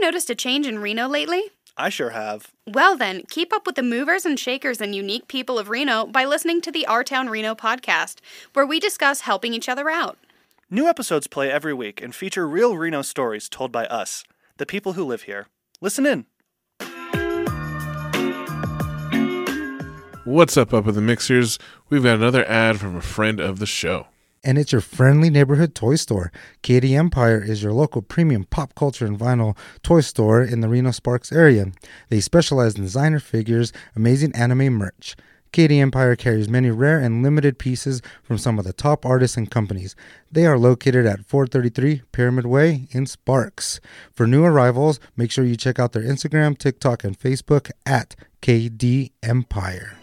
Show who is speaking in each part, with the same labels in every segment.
Speaker 1: noticed a change in Reno lately?
Speaker 2: I sure have.
Speaker 1: Well, then, keep up with the movers and shakers and unique people of Reno by listening to the Our Town Reno podcast, where we discuss helping each other out.
Speaker 2: New episodes play every week and feature real Reno stories told by us, the people who live here. Listen in.
Speaker 3: What's up, up with the mixers? We've got another ad from a friend of the show.
Speaker 4: and it's your friendly neighborhood toy store. Katy Empire is your local premium pop culture and vinyl toy store in the Reno Sparks area. They specialize in designer figures, amazing anime merch. Katy Empire carries many rare and limited pieces from some of the top artists and companies. They are located at 433 Pyramid Way in Sparks. For new arrivals, make sure you check out their Instagram, TikTok, and Facebook at KD Empire.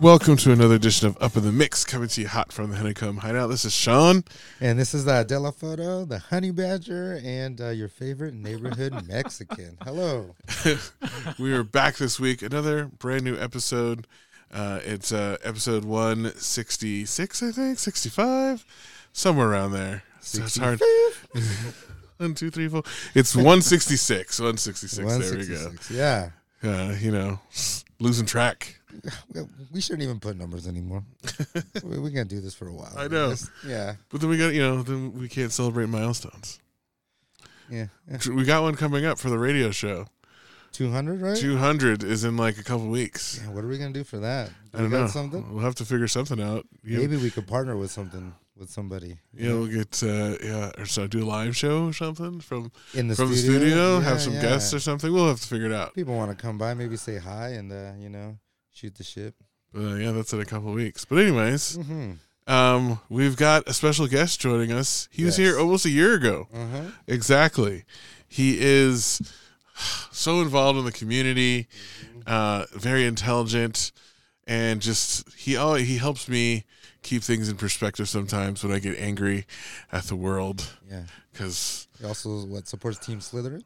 Speaker 3: Welcome to another edition of Up in the Mix, coming to you hot from the Honeycomb Hideout. This is Sean.
Speaker 4: And this is uh, Della Foto, the honey badger, and uh, your favorite neighborhood Mexican. Hello.
Speaker 3: we are back this week, another brand new episode. Uh, it's uh, episode 166, I think, 65, somewhere around there. So it's hard. One, two, three, four. It's 166. 166. There we
Speaker 4: 166. Yeah.
Speaker 3: go. Uh, you know, losing track.
Speaker 4: We- We shouldn't even put numbers anymore. we we can do this for a while.
Speaker 3: I know.
Speaker 4: This- yeah.
Speaker 3: But then we got, you know, then we can't celebrate milestones.
Speaker 4: Yeah. yeah.
Speaker 3: We got one coming up for the radio show.
Speaker 4: 200, right?
Speaker 3: 200 is in like a couple weeks.
Speaker 4: Yeah, what are we going to do for that?
Speaker 3: I
Speaker 4: we
Speaker 3: don't
Speaker 4: got
Speaker 3: know.
Speaker 4: something?
Speaker 3: We'll have to figure something out. You,
Speaker 4: Maybe we could partner with something, with somebody
Speaker 3: you know, we'll get uh, yeah, or so do a live show or something from
Speaker 4: in the
Speaker 3: from the
Speaker 4: studio.
Speaker 3: studio. have
Speaker 4: Yeah,
Speaker 3: some
Speaker 4: yeah.
Speaker 3: guests or something. We'll have to figure it out.
Speaker 4: People want to come by, maybe say hi and, uh, you know, shoot the shit.
Speaker 3: Uh, yeah, that's in a couple weeks. But anyways,
Speaker 4: Mm-hmm.
Speaker 3: um, we've got a special guest joining us. He was
Speaker 4: Yes.
Speaker 3: here almost a year ago.
Speaker 4: Uh-huh.
Speaker 3: Exactly. He is so involved in the community, uh, very intelligent, and just he al he helps me keep things in perspective sometimes when I get angry at the world
Speaker 4: Yeah.
Speaker 3: because
Speaker 4: He also, what, supports Team Slytherin?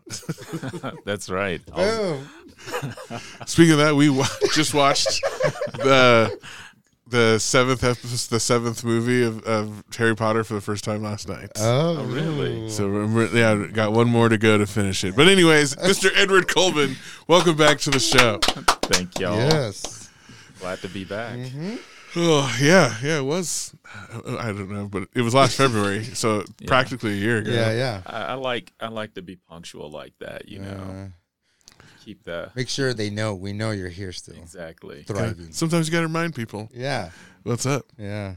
Speaker 5: That's right. I'll-
Speaker 4: Oh.
Speaker 3: Speaking of that, we wa- just watched the the seventh episode, the seventh movie of, of Harry Potter for the first time last night.
Speaker 4: Oh,
Speaker 5: really?
Speaker 3: so remember, yeah, got one more to go to finish it. But anyways, Mr. Edward Colvin, welcome back to the show.
Speaker 5: Thank y'all.
Speaker 4: Yes.
Speaker 5: Glad to be back.
Speaker 3: Oh yeah, yeah, it was. I I don't know, but it was last February, so practically a year ago.
Speaker 4: Yeah, yeah.
Speaker 5: I, I like I like to be punctual like that. You know,
Speaker 4: Uh,
Speaker 5: keep the
Speaker 4: make sure they know we know you're here still.
Speaker 5: exactly.
Speaker 4: Thriving.
Speaker 3: Sometimes you gotta remind people
Speaker 4: Yeah.
Speaker 3: what's up.
Speaker 4: Yeah.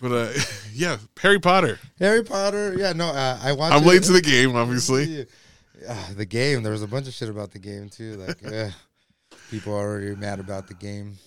Speaker 3: But uh, yeah, Harry Potter.
Speaker 4: Harry Potter. Yeah, no, uh, I watched
Speaker 3: I'm
Speaker 4: it-
Speaker 3: late to the game, obviously.
Speaker 4: Yeah. Ah, the game. There was a bunch of shit about the game too. Like uh, people are already mad about the game.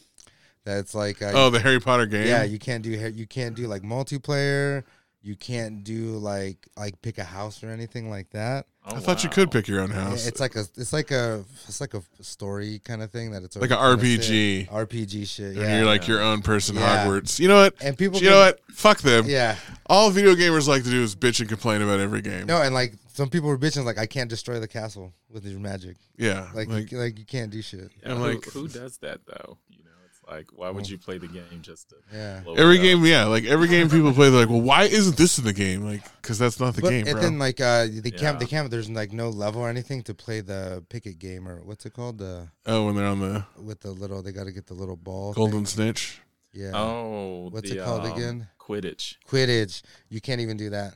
Speaker 4: That's like uh,
Speaker 3: Oh, the Harry Potter game.
Speaker 4: yeah, you can't do ha- you can't do like multiplayer. You can't do like like pick a house or anything like that.
Speaker 5: Oh,
Speaker 3: I thought you
Speaker 5: wow.
Speaker 3: could pick your own
Speaker 4: Yeah,
Speaker 3: house.
Speaker 4: It's like a it's like a it's like a story kind of thing that it's
Speaker 3: Like
Speaker 4: already
Speaker 3: a
Speaker 4: kinda
Speaker 3: RPG.
Speaker 4: set. RPG shit.
Speaker 3: and
Speaker 4: Yeah.
Speaker 3: you're like your own person,
Speaker 4: Yeah.
Speaker 3: Hogwarts. You know what?
Speaker 4: And people
Speaker 3: You know
Speaker 4: can-
Speaker 3: what? Fuck them.
Speaker 4: yeah.
Speaker 3: All video gamers like to do is bitch and complain about every game.
Speaker 4: No, and like some people were bitching, like I can't destroy the castle with your magic.
Speaker 3: Yeah.
Speaker 4: Like,
Speaker 3: like-
Speaker 4: you, like you can't do shit.
Speaker 5: Yeah,
Speaker 3: I'm
Speaker 5: who,
Speaker 3: like-
Speaker 5: who does that though? You know, it's like why would you play the game just to
Speaker 4: Yeah.
Speaker 5: blow it
Speaker 3: every
Speaker 5: up?
Speaker 3: game, yeah. Like every game people play, they're like, well, why isn't this in the game? Like, because that's not the
Speaker 4: But
Speaker 3: game,
Speaker 4: and
Speaker 3: bro.
Speaker 4: then like uh, they can't
Speaker 5: Yeah.
Speaker 4: they can't. There's like no level or anything to play the picket game or what's it called the
Speaker 3: oh, when they're on the
Speaker 4: with the little they got to get the little ball.
Speaker 3: golden
Speaker 4: thing.
Speaker 3: snitch.
Speaker 4: Yeah.
Speaker 5: Oh,
Speaker 4: What's
Speaker 5: the,
Speaker 4: it called
Speaker 5: um,
Speaker 4: again?
Speaker 5: Quidditch.
Speaker 4: Quidditch. You can't even do that.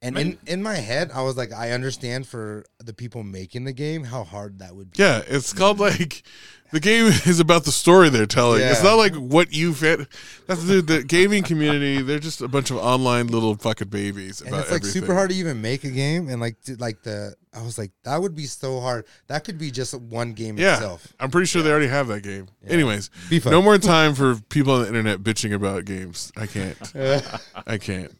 Speaker 4: And in, in my head, I was like, I understand for the people making the game how hard that would be.
Speaker 3: Yeah, it's called like the game is about the story they're telling. It's
Speaker 4: Yeah.
Speaker 3: not like what you fit. That's the, the gaming community. They're just a bunch of online little fucking babies.
Speaker 4: And
Speaker 3: about
Speaker 4: it's like
Speaker 3: everything.
Speaker 4: super hard to even make a game. And like, to, like the, I was like, that would be so hard. That could be just one game
Speaker 3: Yeah,
Speaker 4: itself.
Speaker 3: I'm pretty sure they already have that game. Anyways,
Speaker 4: Be fun.
Speaker 3: no more time for people on the internet bitching about games. I can't. I can't.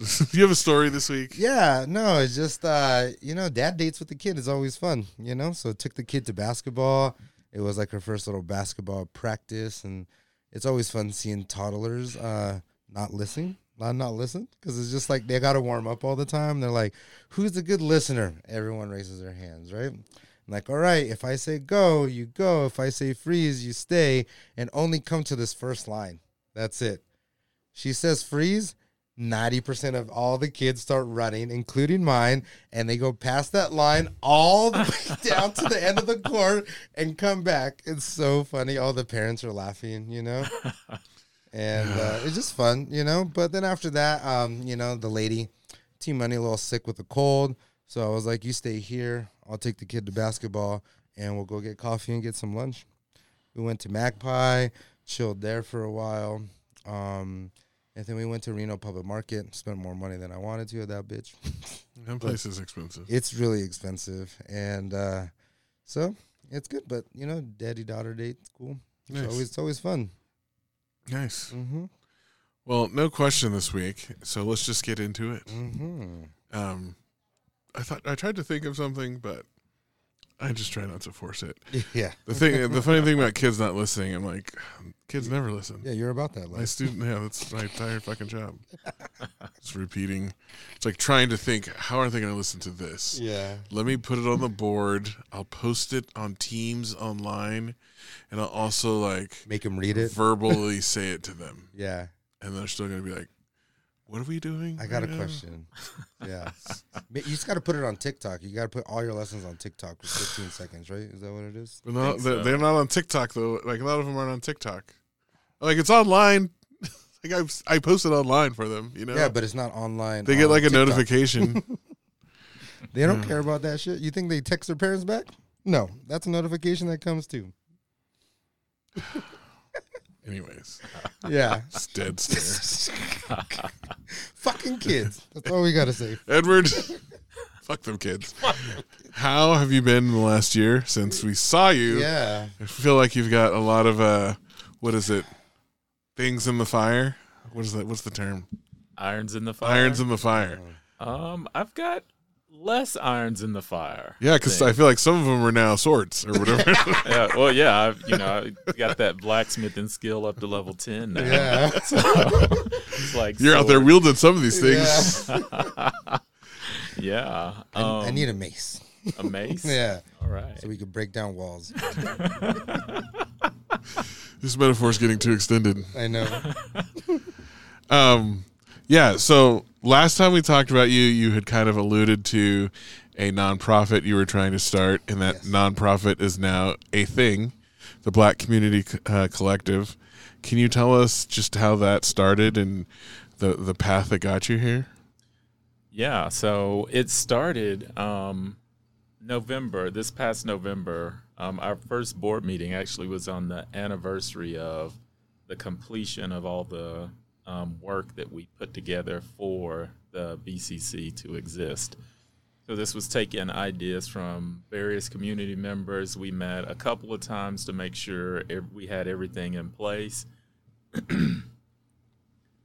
Speaker 3: you have a story this week?
Speaker 4: Yeah, no, it's just uh, you know, dad dates with the kid is always fun, you know. So took the kid to basketball. It was like her first little basketball practice, and it's always fun seeing toddlers uh not listening, not not listen, because it's just like they got to warm up all the time. They're like, "Who's a good listener?" Everyone raises their hands, right? I'm like, all right, if I say go, you go. If I say freeze, you stay, and only come to this first line. That's it. She says freeze. 90% of all the kids start running, including mine, and they go past that line all the way down to the end of the court and come back. It's so funny. All the parents are laughing, you know? And uh, it's just fun, you know? But then after that, um, you know, the lady, T Money, a little sick with a cold. So I was like, you stay here. I'll take the kid to basketball and we'll go get coffee and get some lunch. We went to Magpie, chilled there for a while. Um, and then we went to Reno Public Market, spent more money than I wanted to at that bitch.
Speaker 3: That place is expensive.
Speaker 4: It's really expensive. And uh, so it's good, but you know, daddy daughter date, it's cool.
Speaker 3: Nice.
Speaker 4: It's always it's always fun.
Speaker 3: Nice.
Speaker 4: Mm-hmm.
Speaker 3: Well, no question this week, so let's just get into it.
Speaker 4: Mm-hmm.
Speaker 3: Um, I thought I tried to think of something, but I just try not to force it.
Speaker 4: Yeah.
Speaker 3: The thing, the funny thing about kids not listening, I'm like, kids never listen.
Speaker 4: Yeah, you're about that
Speaker 3: My
Speaker 4: life.
Speaker 3: student, yeah, that's my entire fucking job. It's repeating. It's like trying to think, how are they going to listen to this?
Speaker 4: Yeah.
Speaker 3: Let me put it on the board. I'll post it on Teams online, and I'll also like
Speaker 4: Make him read it.
Speaker 3: verbally say it to them,
Speaker 4: Yeah.
Speaker 3: and they're still going to be like, "What are we doing?"
Speaker 4: I got
Speaker 3: right
Speaker 4: a
Speaker 3: now?"
Speaker 4: question. Yeah. Ma- You just got to put it on TikTok. You got to put all your lessons on TikTok for 15 seconds, right? Is that what it is?
Speaker 3: But no,
Speaker 5: Think
Speaker 3: they're,
Speaker 5: so.
Speaker 3: they're not on TikTok though. Like a lot of them aren't on TikTok. Like it's online. like I I post it online for them. You know.
Speaker 4: Yeah, but it's not online.
Speaker 3: they get
Speaker 4: on
Speaker 3: like a
Speaker 4: TikTok.
Speaker 3: notification.
Speaker 4: They don't
Speaker 3: Mm.
Speaker 4: care about that shit. You think they text their parents back? No, that's a notification that comes too.
Speaker 3: Anyways,
Speaker 4: Yeah.
Speaker 3: it's dead stare.
Speaker 4: Fucking kids. That's all we got to say.
Speaker 3: Edward, fuck them kids. How have you been in the last year since we saw you?
Speaker 4: Yeah.
Speaker 3: I feel like you've got a lot of uh, what is it? Things in the fire. What is that? What's the term?
Speaker 5: Irons in the fire.
Speaker 3: Irons in the fire.
Speaker 5: Um, I've got less irons in the fire.
Speaker 3: Yeah, because I feel like some of them are now swords or whatever.
Speaker 5: Yeah, well, yeah, I've, you know, I got that blacksmithing skill up to level ten now.
Speaker 4: Yeah.
Speaker 5: So, it's like
Speaker 3: You're out there
Speaker 5: sword.
Speaker 3: wielding some of these things.
Speaker 5: Yeah,
Speaker 4: I,
Speaker 5: um,
Speaker 4: I need a mace.
Speaker 5: a mace.
Speaker 4: Yeah.
Speaker 5: all right.
Speaker 4: So we could break down walls.
Speaker 3: This metaphor is getting too extended.
Speaker 4: I know. Uh-huh.
Speaker 3: Um, yeah. So last time we talked about you, you had kind of alluded to a nonprofit you were trying to start, and that
Speaker 4: Yes.
Speaker 3: nonprofit is now a thing, the Black Community uh, Collective. Can you tell us just how that started and the the path that got you here?
Speaker 5: Yeah, so it started um, November, this past November. Um, our first board meeting actually was on the anniversary of the completion of all the um, work that we put together for the BCC to exist. So this was taking ideas from various community members. We met a couple of times to make sure ev- we had everything in place.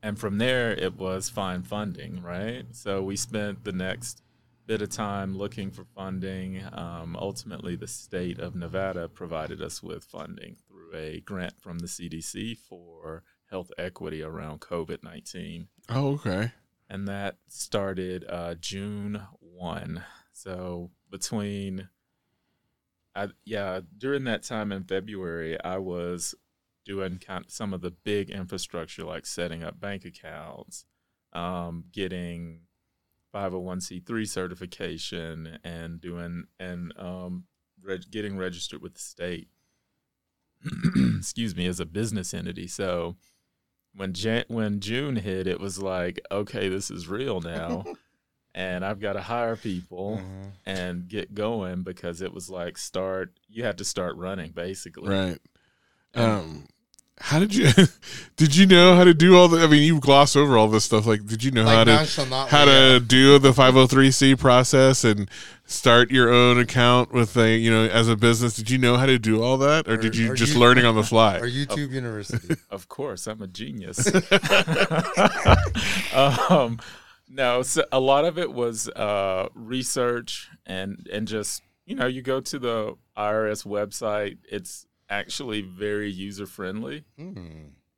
Speaker 5: and from there it was find funding right so we spent the next bit of time looking for funding um, ultimately the state of nevada provided us with funding through a grant from the cdc for health equity around covid-19
Speaker 3: Oh, okay.
Speaker 5: and that started uh, June one. So between, I yeah, during that time in February, I was doing kind some of the big infrastructure like setting up bank accounts, um, getting 501c3 certification, and doing and um, reg- getting registered with the state. excuse me, as a business entity. So when Jan- when June hit, it was like, okay, this is real now. and I've got to hire people and get going because it was like start. You had to start running basically.
Speaker 3: Right. Um, how did you did you know how to do all the? I mean, you gloss over all this stuff. Like, did you know
Speaker 4: Like
Speaker 3: how to
Speaker 4: nonchalantly,
Speaker 3: how
Speaker 4: yeah.
Speaker 3: to do the five hundred three c process and start your own account with a you know as a business? Did you know how to do all that, or, did
Speaker 4: Or-
Speaker 3: you
Speaker 4: or
Speaker 3: just
Speaker 4: you-
Speaker 3: learning on the fly?
Speaker 4: Or YouTube University.
Speaker 5: Of course, I'm a genius. um, no, so a lot of it was uh, research and and just you know you go to the IRS website. It's actually very user friendly.
Speaker 4: Hmm.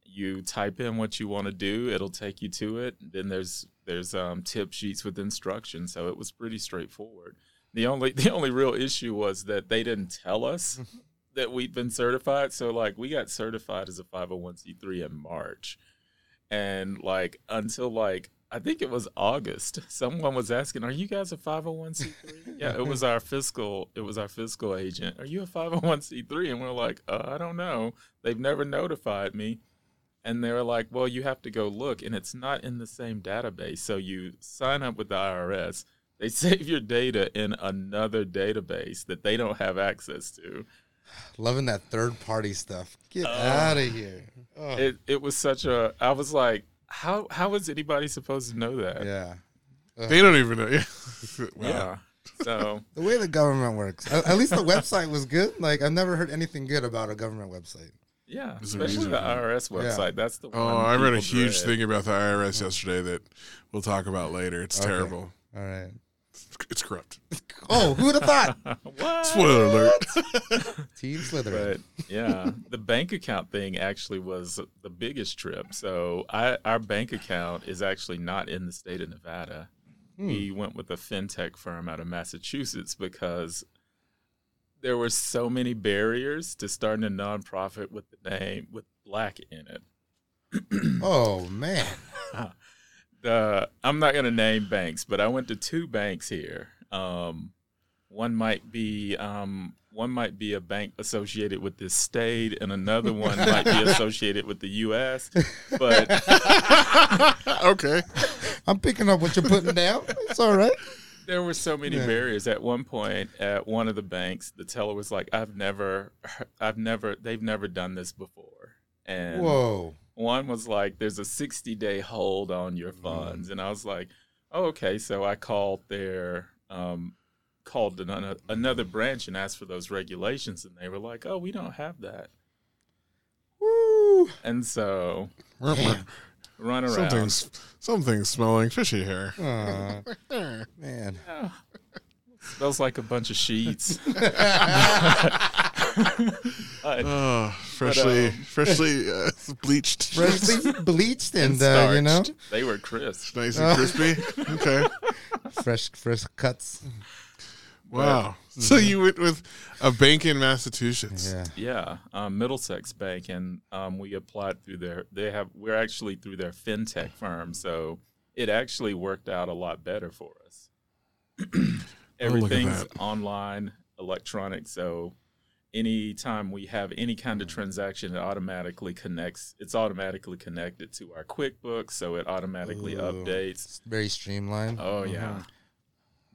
Speaker 5: You type in what you want to do, it'll take you to it. Then there's there's um, tip sheets with instructions, so it was pretty straightforward. The only the only real issue was that they didn't tell us that we'd been certified. So like we got certified as a 501c3 in March. And like until like I think it was August, someone was asking, "Are you guys a 501c3?" yeah, it was our fiscal it was our fiscal agent. "Are you a 501c3?" And we're like, uh, "I don't know. They've never notified me." And they were like, "Well, you have to go look and it's not in the same database. So you sign up with the IRS, they save your data in another database that they don't have access to.
Speaker 4: Loving that third party stuff.
Speaker 3: Uh.
Speaker 4: Get out of here. Oh,
Speaker 5: it it was such a I was like, how how is anybody supposed to know that?
Speaker 4: yeah.
Speaker 3: they don't even know. Yeah. wow.
Speaker 5: Yeah. So
Speaker 4: The way the government works. At at least the website was good. Like I've never heard anything good about a government website.
Speaker 5: yeah,
Speaker 3: It's amazing.
Speaker 5: especially the IRS website. That's the one.
Speaker 3: Oh, I read a
Speaker 5: people
Speaker 3: huge
Speaker 5: dread.
Speaker 3: thing about the IRS yesterday that we'll talk about later. It's
Speaker 4: Okay.
Speaker 3: terrible.
Speaker 4: All right.
Speaker 3: It's corrupt.
Speaker 4: Oh, who would have thought?
Speaker 5: What?
Speaker 3: Spoiler alert.
Speaker 4: Team Slytherin.
Speaker 5: But yeah, the bank account thing actually was the biggest trip. So I, our bank account is actually not in the state of Nevada.
Speaker 4: Hmm.
Speaker 5: We went with a fintech firm out of Massachusetts because there were so many barriers to starting a nonprofit with the name with black in it.
Speaker 4: Oh man.
Speaker 5: the I'm not gonna name banks, but I went to two banks here. Um, one might be um, one might be a bank associated with this state, and another one might be associated with the U.S. But
Speaker 3: okay.
Speaker 4: I'm picking up what you're putting down. It's all right.
Speaker 5: there were so many
Speaker 4: Yeah.
Speaker 5: barriers. At one point, at one of the banks, the teller was like, "I've never, I've never, they've never done this before." And
Speaker 4: Whoa.
Speaker 5: One was like, there's a 60 day hold on
Speaker 4: Mm.
Speaker 5: your funds. And I was like, oh, okay. So I called their, um, called an, another branch and asked for those regulations. And they were like, oh, we don't have that.
Speaker 4: Woo.
Speaker 5: And so run around.
Speaker 3: Something's something's smelling fishy here.
Speaker 4: Aw, man.
Speaker 5: Smells like a bunch of sheets.
Speaker 3: Oh, freshly, freshly uh, bleached,
Speaker 4: Freshly bleached and, uh, you know,
Speaker 5: Starched. They were crisp.
Speaker 3: nice and crispy. okay,
Speaker 4: fresh, fresh cuts.
Speaker 5: Mm-hmm.
Speaker 3: wow. So you went with a bank in Massachusetts.
Speaker 4: Yeah.
Speaker 5: Yeah. Um, Middlesex Bank. And um, we applied through their, they have, we're actually through their fintech firm. So it actually worked out a lot better for us.
Speaker 3: look at
Speaker 5: Everything's
Speaker 3: that.
Speaker 5: online, electronic. So anytime we have any kind of transaction, it automatically connects. It's automatically connected to our QuickBooks. So it automatically
Speaker 4: Ooh.
Speaker 5: updates.
Speaker 4: It's very streamlined.
Speaker 5: Oh,
Speaker 3: Uh-huh.
Speaker 5: yeah.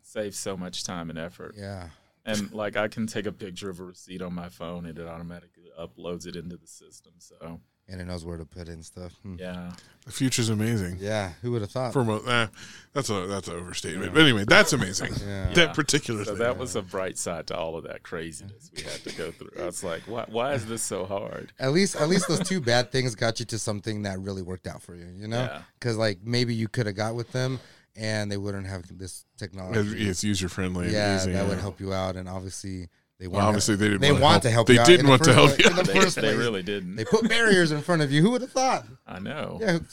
Speaker 5: Saves so much time and effort.
Speaker 4: Yeah.
Speaker 5: And like I can take a picture of a receipt on my phone and it automatically uploads it into the system. So
Speaker 4: And it knows where to put in stuff. Hmm.
Speaker 5: yeah.
Speaker 3: The future's amazing.
Speaker 4: Yeah. Who would have thought?
Speaker 3: For mo- eh, that's a that's an overstatement. But anyway, that's amazing.
Speaker 4: Yeah.
Speaker 3: That particular
Speaker 5: So
Speaker 3: thing.
Speaker 5: that was a bright side to all of that craziness we had to go through. I was like, why, why is this so hard?
Speaker 4: at least, at least those two bad things got you to something that really worked out for you. You know,
Speaker 5: Yeah.
Speaker 4: because like maybe you could have got with them, and they wouldn't have
Speaker 3: It's-
Speaker 4: this technology.
Speaker 3: it's user friendly.
Speaker 4: yeah,
Speaker 3: easy,
Speaker 4: that would
Speaker 3: yeah.
Speaker 4: help you out, and obviously they
Speaker 3: Well,
Speaker 4: want.
Speaker 3: obviously, they didn't.
Speaker 4: they
Speaker 3: want,
Speaker 4: want
Speaker 3: to
Speaker 4: to help.
Speaker 3: They
Speaker 4: you out in
Speaker 3: didn't
Speaker 4: the
Speaker 3: want to
Speaker 4: first
Speaker 3: help
Speaker 4: place-
Speaker 3: you.
Speaker 4: in the
Speaker 5: They,
Speaker 4: first
Speaker 5: they
Speaker 4: place.
Speaker 5: really didn't.
Speaker 4: They put barriers in front of you. Who would have thought?
Speaker 5: I know.
Speaker 4: Yeah.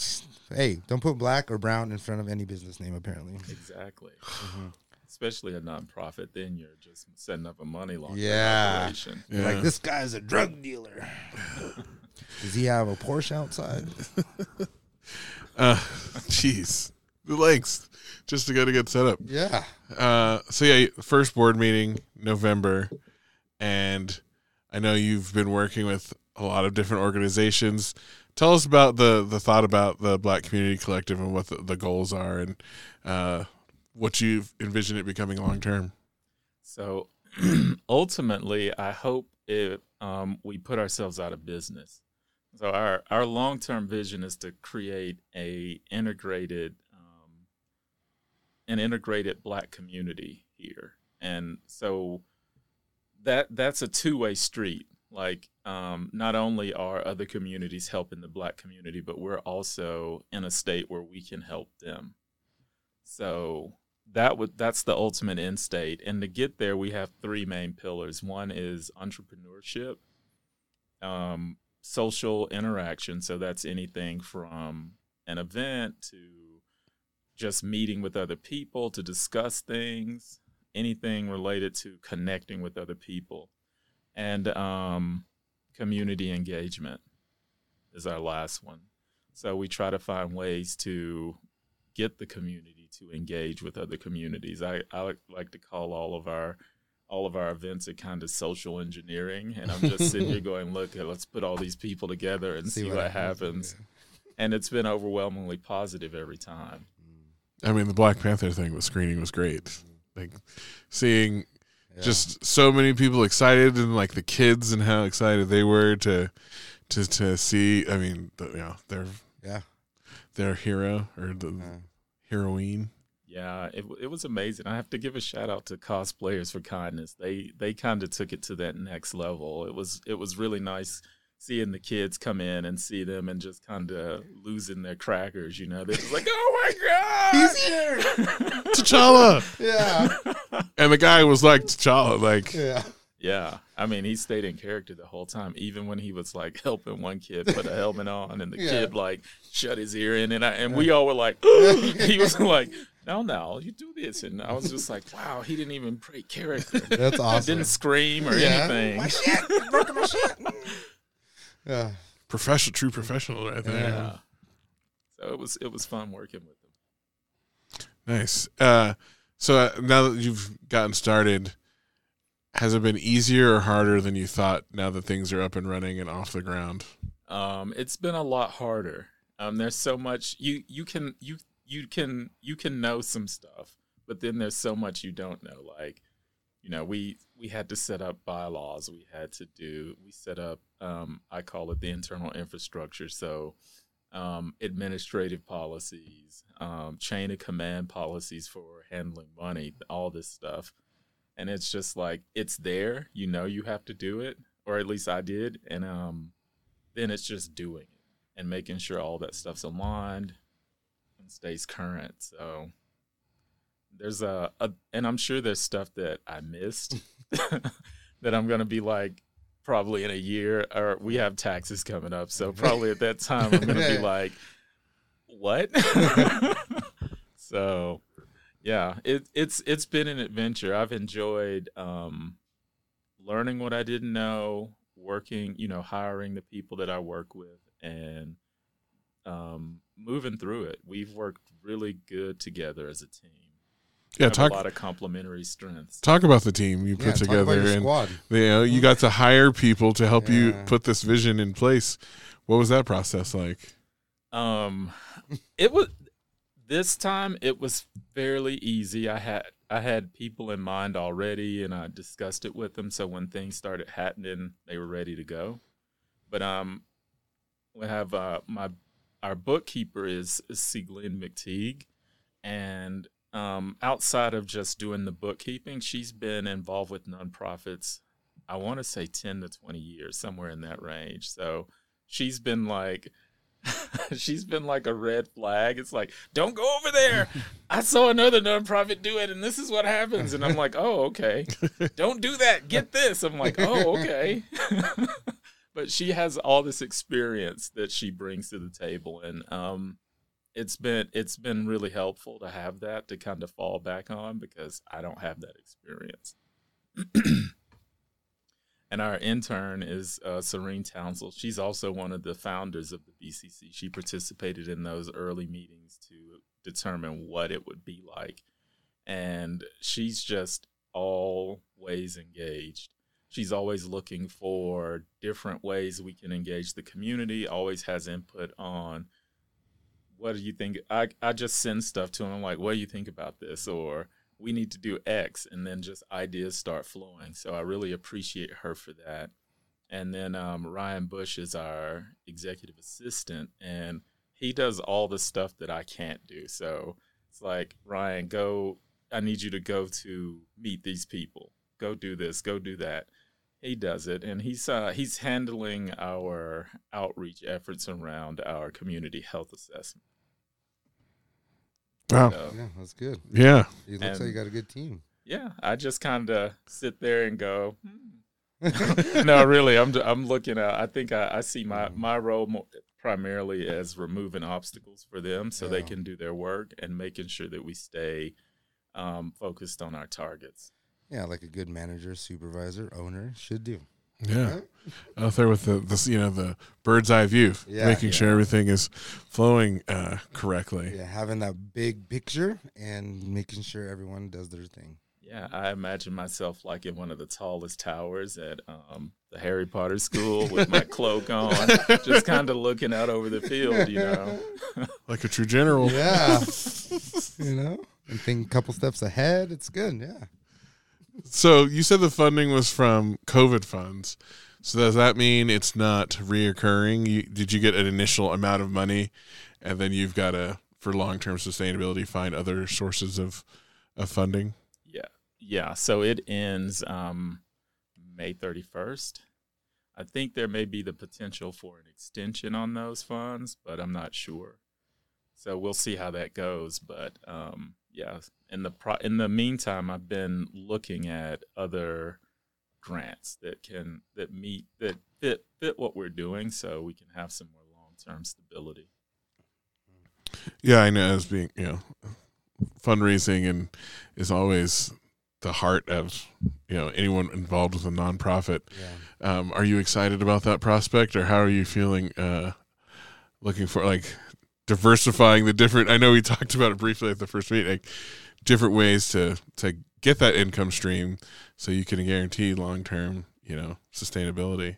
Speaker 4: Hey, don't put black or brown in front of any business name. Apparently.
Speaker 5: Exactly. Especially a nonprofit, then you're just setting up a money laundering
Speaker 4: Yeah.
Speaker 5: operation.
Speaker 3: Yeah.
Speaker 4: Like this guy's a drug dealer. Does he have a Porsche outside?
Speaker 3: Uh, Jeez, the lengths just to go to get set up.
Speaker 4: Yeah.
Speaker 3: Uh, so yeah, first board meeting November, and I know you've been working with a lot of different organizations. Tell us about the the thought about the Black Community Collective and what the, the goals are and uh, what you envision it becoming long term.
Speaker 5: So ultimately, I hope if um, we put ourselves out of business. So our our long term vision is to create a integrated um, an integrated Black community here, and so that that's a two way street. Like um, not only are other communities helping the Black community, but we're also in a state where we can help them. So that would that's the ultimate end state and to get there we have three main pillars one is entrepreneurship um, social interaction so that's anything from an event to just meeting with other people to discuss things anything related to connecting with other people and um, community engagement is our last one so we try to find ways to get the community to engage with other communities. I, I like- like to call all of our all of our events a kind of social engineering, and I'm just sitting here going, "Look, let's put all these people together and see, what, happens." And it's been overwhelmingly positive every time.
Speaker 3: I mean, the Black Panther thing with screening was great. Like seeing just so many people excited and like the kids and how excited they were to to to see. I mean, the, you know, their
Speaker 4: Yeah.
Speaker 3: their hero or the
Speaker 4: Yeah.
Speaker 3: heroine.
Speaker 5: Yeah, it, w- it was amazing. I have to give a shout out to cosplayers for kindness. They they kind of took it to that next level. It was it was really nice seeing the kids come in and see them and just kind of losing their crackers. You know, they're just like, "Oh my god!"
Speaker 4: He's here.
Speaker 3: T'Challa,
Speaker 4: Yeah.
Speaker 3: and the guy was like T'Challa, like
Speaker 4: Yeah.
Speaker 5: Yeah, I mean, he stayed in character the whole time, even when he was like helping one kid put a helmet on, and the
Speaker 4: Yeah.
Speaker 5: kid like shut his ear in, and I, and we all were like, he was like, "No, no, you do this," and I was just like, "Wow, he didn't even break character,
Speaker 4: That's awesome.
Speaker 5: didn't scream or
Speaker 4: Yeah.
Speaker 5: anything."
Speaker 4: Yeah.
Speaker 3: professional, true professional right there.
Speaker 5: Yeah. So it was it was fun working with him.
Speaker 3: Nice. Uh, so uh, now that you've gotten started, has it been easier or harder than you thought? Now that things are up and running and off the ground.
Speaker 5: um, it's been a lot harder. Um, there's so much you you can you you can you can know some stuff, but then there's so much you don't know. Like, you know, we we had to set up bylaws. We had to do we set up um, I call it the internal infrastructure. So um, administrative policies, um, chain of command policies for handling money, all this stuff. And it's just like it's there. You know, you have to do it, or at least I did. And um, then it's just doing it and making sure all that stuff's aligned and stays current. So there's a, a and I'm sure there's stuff that I missed that I'm gonna be like probably in a year or we have taxes coming up. So probably at that time I'm gonna be
Speaker 4: Yeah.
Speaker 5: like, what? so yeah, it it's it's been an adventure. I've enjoyed um learning what I didn't know, working, you know, hiring the people that I work with, and um, moving through it. We've worked really good together as a team.
Speaker 3: Yeah,
Speaker 5: Have a
Speaker 3: talk
Speaker 5: lot of complementary strengths.
Speaker 3: talk about the team you
Speaker 4: Yeah,
Speaker 3: put
Speaker 4: talk about
Speaker 3: together,
Speaker 4: your
Speaker 3: and
Speaker 4: squad.
Speaker 3: you know you got to hire people to help you
Speaker 4: Yeah.
Speaker 3: put this vision in place. What was that process like?
Speaker 5: Um, it was this time. It was fairly easy. I had I had people in mind already, and I discussed it with them. So when things started happening, they were ready to go. But um, we have uh, my our bookkeeper is, is C. Glenn McTeague, and um, outside of just doing the bookkeeping, she's been involved with nonprofits. I want to say ten to twenty years, somewhere in that range. So she's been like she's been like a red flag. It's like, don't go over there. I saw another nonprofit do it, and this is what happens. And I'm like, oh, okay. Don't do that. Get this. I'm like, oh, okay. but she has all this experience that she brings to the table, and um, it's been it's been really helpful to have that to kind of fall back on because I don't have that experience. And our intern is uh, Serene Townsell. She's also one of the founders of the BCC. She participated in those early meetings to determine what it would be like. And she's just always engaged. She's always looking for different ways we can engage the community, always has input on what do you think? I, I just send stuff to them. I'm like, what do you think about this? Or we need to do X. And then just ideas start flowing. So I really appreciate her for that. And then um, Ryan Bush is our executive assistant, and he does all the stuff that I can't do. So it's like, Ryan, go, I need you to go to meet these people. Go do this, go do that. He does it, and he's uh, he's handling our outreach efforts around our community health assessment.
Speaker 3: Wow.
Speaker 5: So,
Speaker 4: Yeah, that's good.
Speaker 3: Yeah.
Speaker 4: It looks like you got a good team.
Speaker 5: yeah, I just kind of sit there and go. "Hmm." no, really, I'm I'm looking at. I think I, I see my my role mo primarily as removing obstacles for them so they
Speaker 4: Yeah.
Speaker 5: can do their work and making sure that we stay um, focused on our targets.
Speaker 4: Yeah, like a good manager, supervisor, owner should do.
Speaker 3: Yeah. Out there with the, the you know the bird's eye view,
Speaker 4: Yeah.
Speaker 3: making
Speaker 5: Yeah.
Speaker 3: sure everything is flowing uh, correctly.
Speaker 4: Yeah, having that big picture and making sure everyone does their thing.
Speaker 5: Yeah, I imagine myself like in one of the tallest towers at um, the Harry Potter school with my cloak on, just kind of looking out over the field, you know.
Speaker 3: Like a true general.
Speaker 4: Yeah. you know? And think a couple steps ahead. It's good. Yeah.
Speaker 3: So you said the funding was from COVID funds. So does that mean it's not reoccurring? You, did you get an initial amount of money, and then you've got to for long term sustainability find other sources of of funding?
Speaker 5: Yeah. Yeah. So it ends um, May 31st. I think there may be the potential for an extension on those funds, but I'm not sure. So we'll see how that goes. But um, yeah, in the pro- in the meantime, I've been looking at other grants that can that meet that fit fit what we're doing, so we can have some more long term stability.
Speaker 3: Yeah, I know as being you know fundraising and is always the heart of you know anyone involved with a nonprofit.
Speaker 4: Yeah.
Speaker 3: Um, are you excited about that prospect, or how are you feeling? Uh, looking for like diversifying the different. I know we talked about it briefly at the first meeting. Different ways to to get that income stream, so you can guarantee long term, you know, sustainability.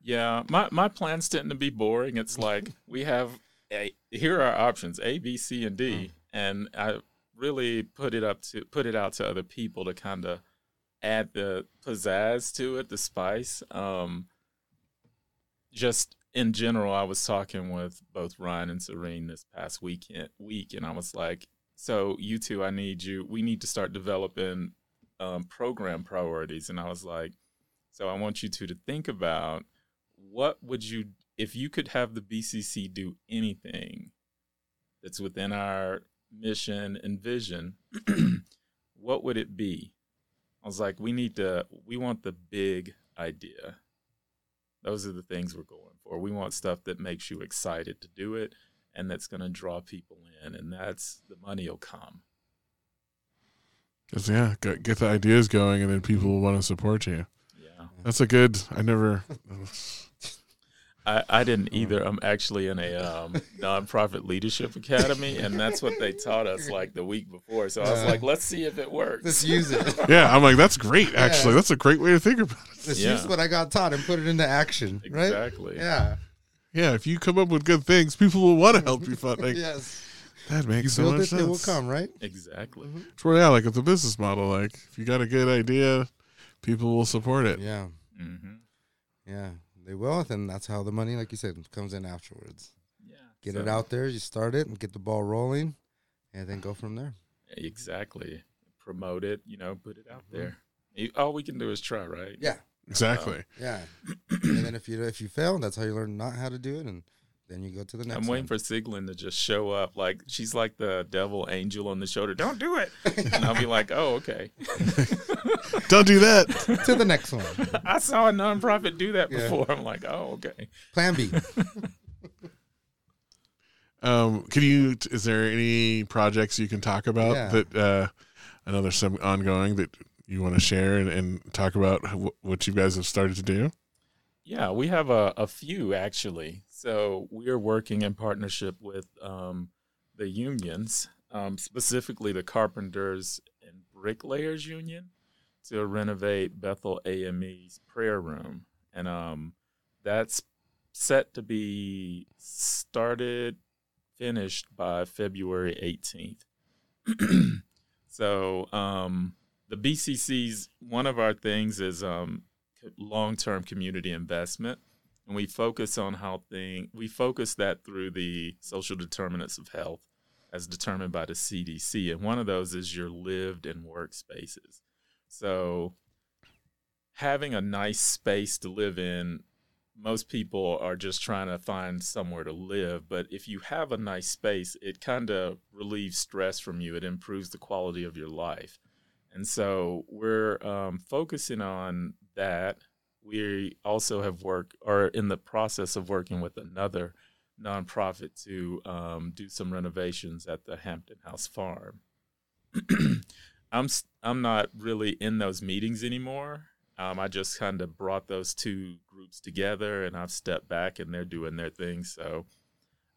Speaker 5: Yeah, my my plans tend to be boring. It's like we have a, here are our options A, B, C, and D, and I really put it up to put it out to other people to kind of add the pizzazz to it, the spice. Um, just in general, I was talking with both Ryan and Serene this past weekend week, and I was like, "So you two, I need you. We need to start developing um, program priorities." And I was like, "So I want you two to think about what would you if you could have the BCC do anything that's within our mission and vision, what would it be? I was like, we need to, we want the big idea. Those are the things we're going for. We want stuff that makes you excited to do it and that's going to draw people in. And that's the money will come.
Speaker 3: 'Cause, yeah, get, get the ideas going, and then people will want to support you.
Speaker 5: Yeah.
Speaker 3: That's a good. I never.
Speaker 5: I, I
Speaker 4: Mm.
Speaker 5: didn't either. I'm actually in a um, nonprofit leadership academy, and that's what they taught us like the week before. So I was
Speaker 4: Uh,
Speaker 5: like, let's see if it works.
Speaker 4: Let's use it.
Speaker 3: Yeah, I'm like that's great. Actually, that's a great way to think about it.
Speaker 4: Let's
Speaker 5: Yeah.
Speaker 4: use what I got taught and put it into action. Right?
Speaker 5: Exactly.
Speaker 4: Yeah.
Speaker 3: Yeah, if you come up with good things, people will want to help you fund. Like,
Speaker 4: yes.
Speaker 3: That makes so
Speaker 4: Build
Speaker 3: much
Speaker 4: it,
Speaker 3: sense.
Speaker 4: they will come, right?
Speaker 5: Exactly.
Speaker 4: Mm-hmm.
Speaker 3: It's where- yeah, like with the business model, like if you got a good idea, people will support it.
Speaker 4: Yeah.
Speaker 5: hmm
Speaker 4: Yeah. They will. And that's how the money, like you said, comes in afterwards.
Speaker 5: Yeah.
Speaker 4: Get
Speaker 5: so-
Speaker 4: it out there. You start it and get the ball rolling and then go from there.
Speaker 5: Exactly. Promote it. You know, put it out there. You- All we can do is try, right?
Speaker 4: Mm-hmm. Yeah.
Speaker 3: Exactly.
Speaker 4: Yeah. and then if you if you fail, that's how you learn not how to do it, and then you go to the next.
Speaker 5: I'm waiting for Siglin to just show up. Like she's like the devil angel on the shoulder. Don't do it. and I'll be like, oh, okay.
Speaker 3: Don't do that.
Speaker 4: for to the next one.
Speaker 5: I saw a nonprofit do that
Speaker 4: Yeah.
Speaker 5: before. I'm like, oh, okay.
Speaker 4: Plan B.
Speaker 3: um, can you? t- Is there any projects you can talk about
Speaker 4: Yeah.
Speaker 3: that? Uh, I know there's some ongoing that you want to share and, and talk about wh- what you guys have started to do.
Speaker 5: Yeah, we have a, a few actually. So we're working in partnership with um, the unions, um, specifically the Carpenters and Bricklayers Union, to renovate Bethel AME's prayer room. And um, that's set to be started finished by February 18th. so um, the BCC's one of our things is um, co- long-term community investment, and we focus on how thing we focus that through the social determinants of health, as determined by the CDC, and one of those is your lived and workspaces. So having a nice space to live in most people are just trying to find somewhere to live but if you have a nice space it kind of relieves stress from you it improves the quality of your life and so we're um, focusing on that we also have worked or in the process of working with another nonprofit to um, do some renovations at the hampton house farm i'm s- i'm not really in those meetings anymore um, I just kind of brought those two groups together, and I've stepped back, and they're doing their thing. So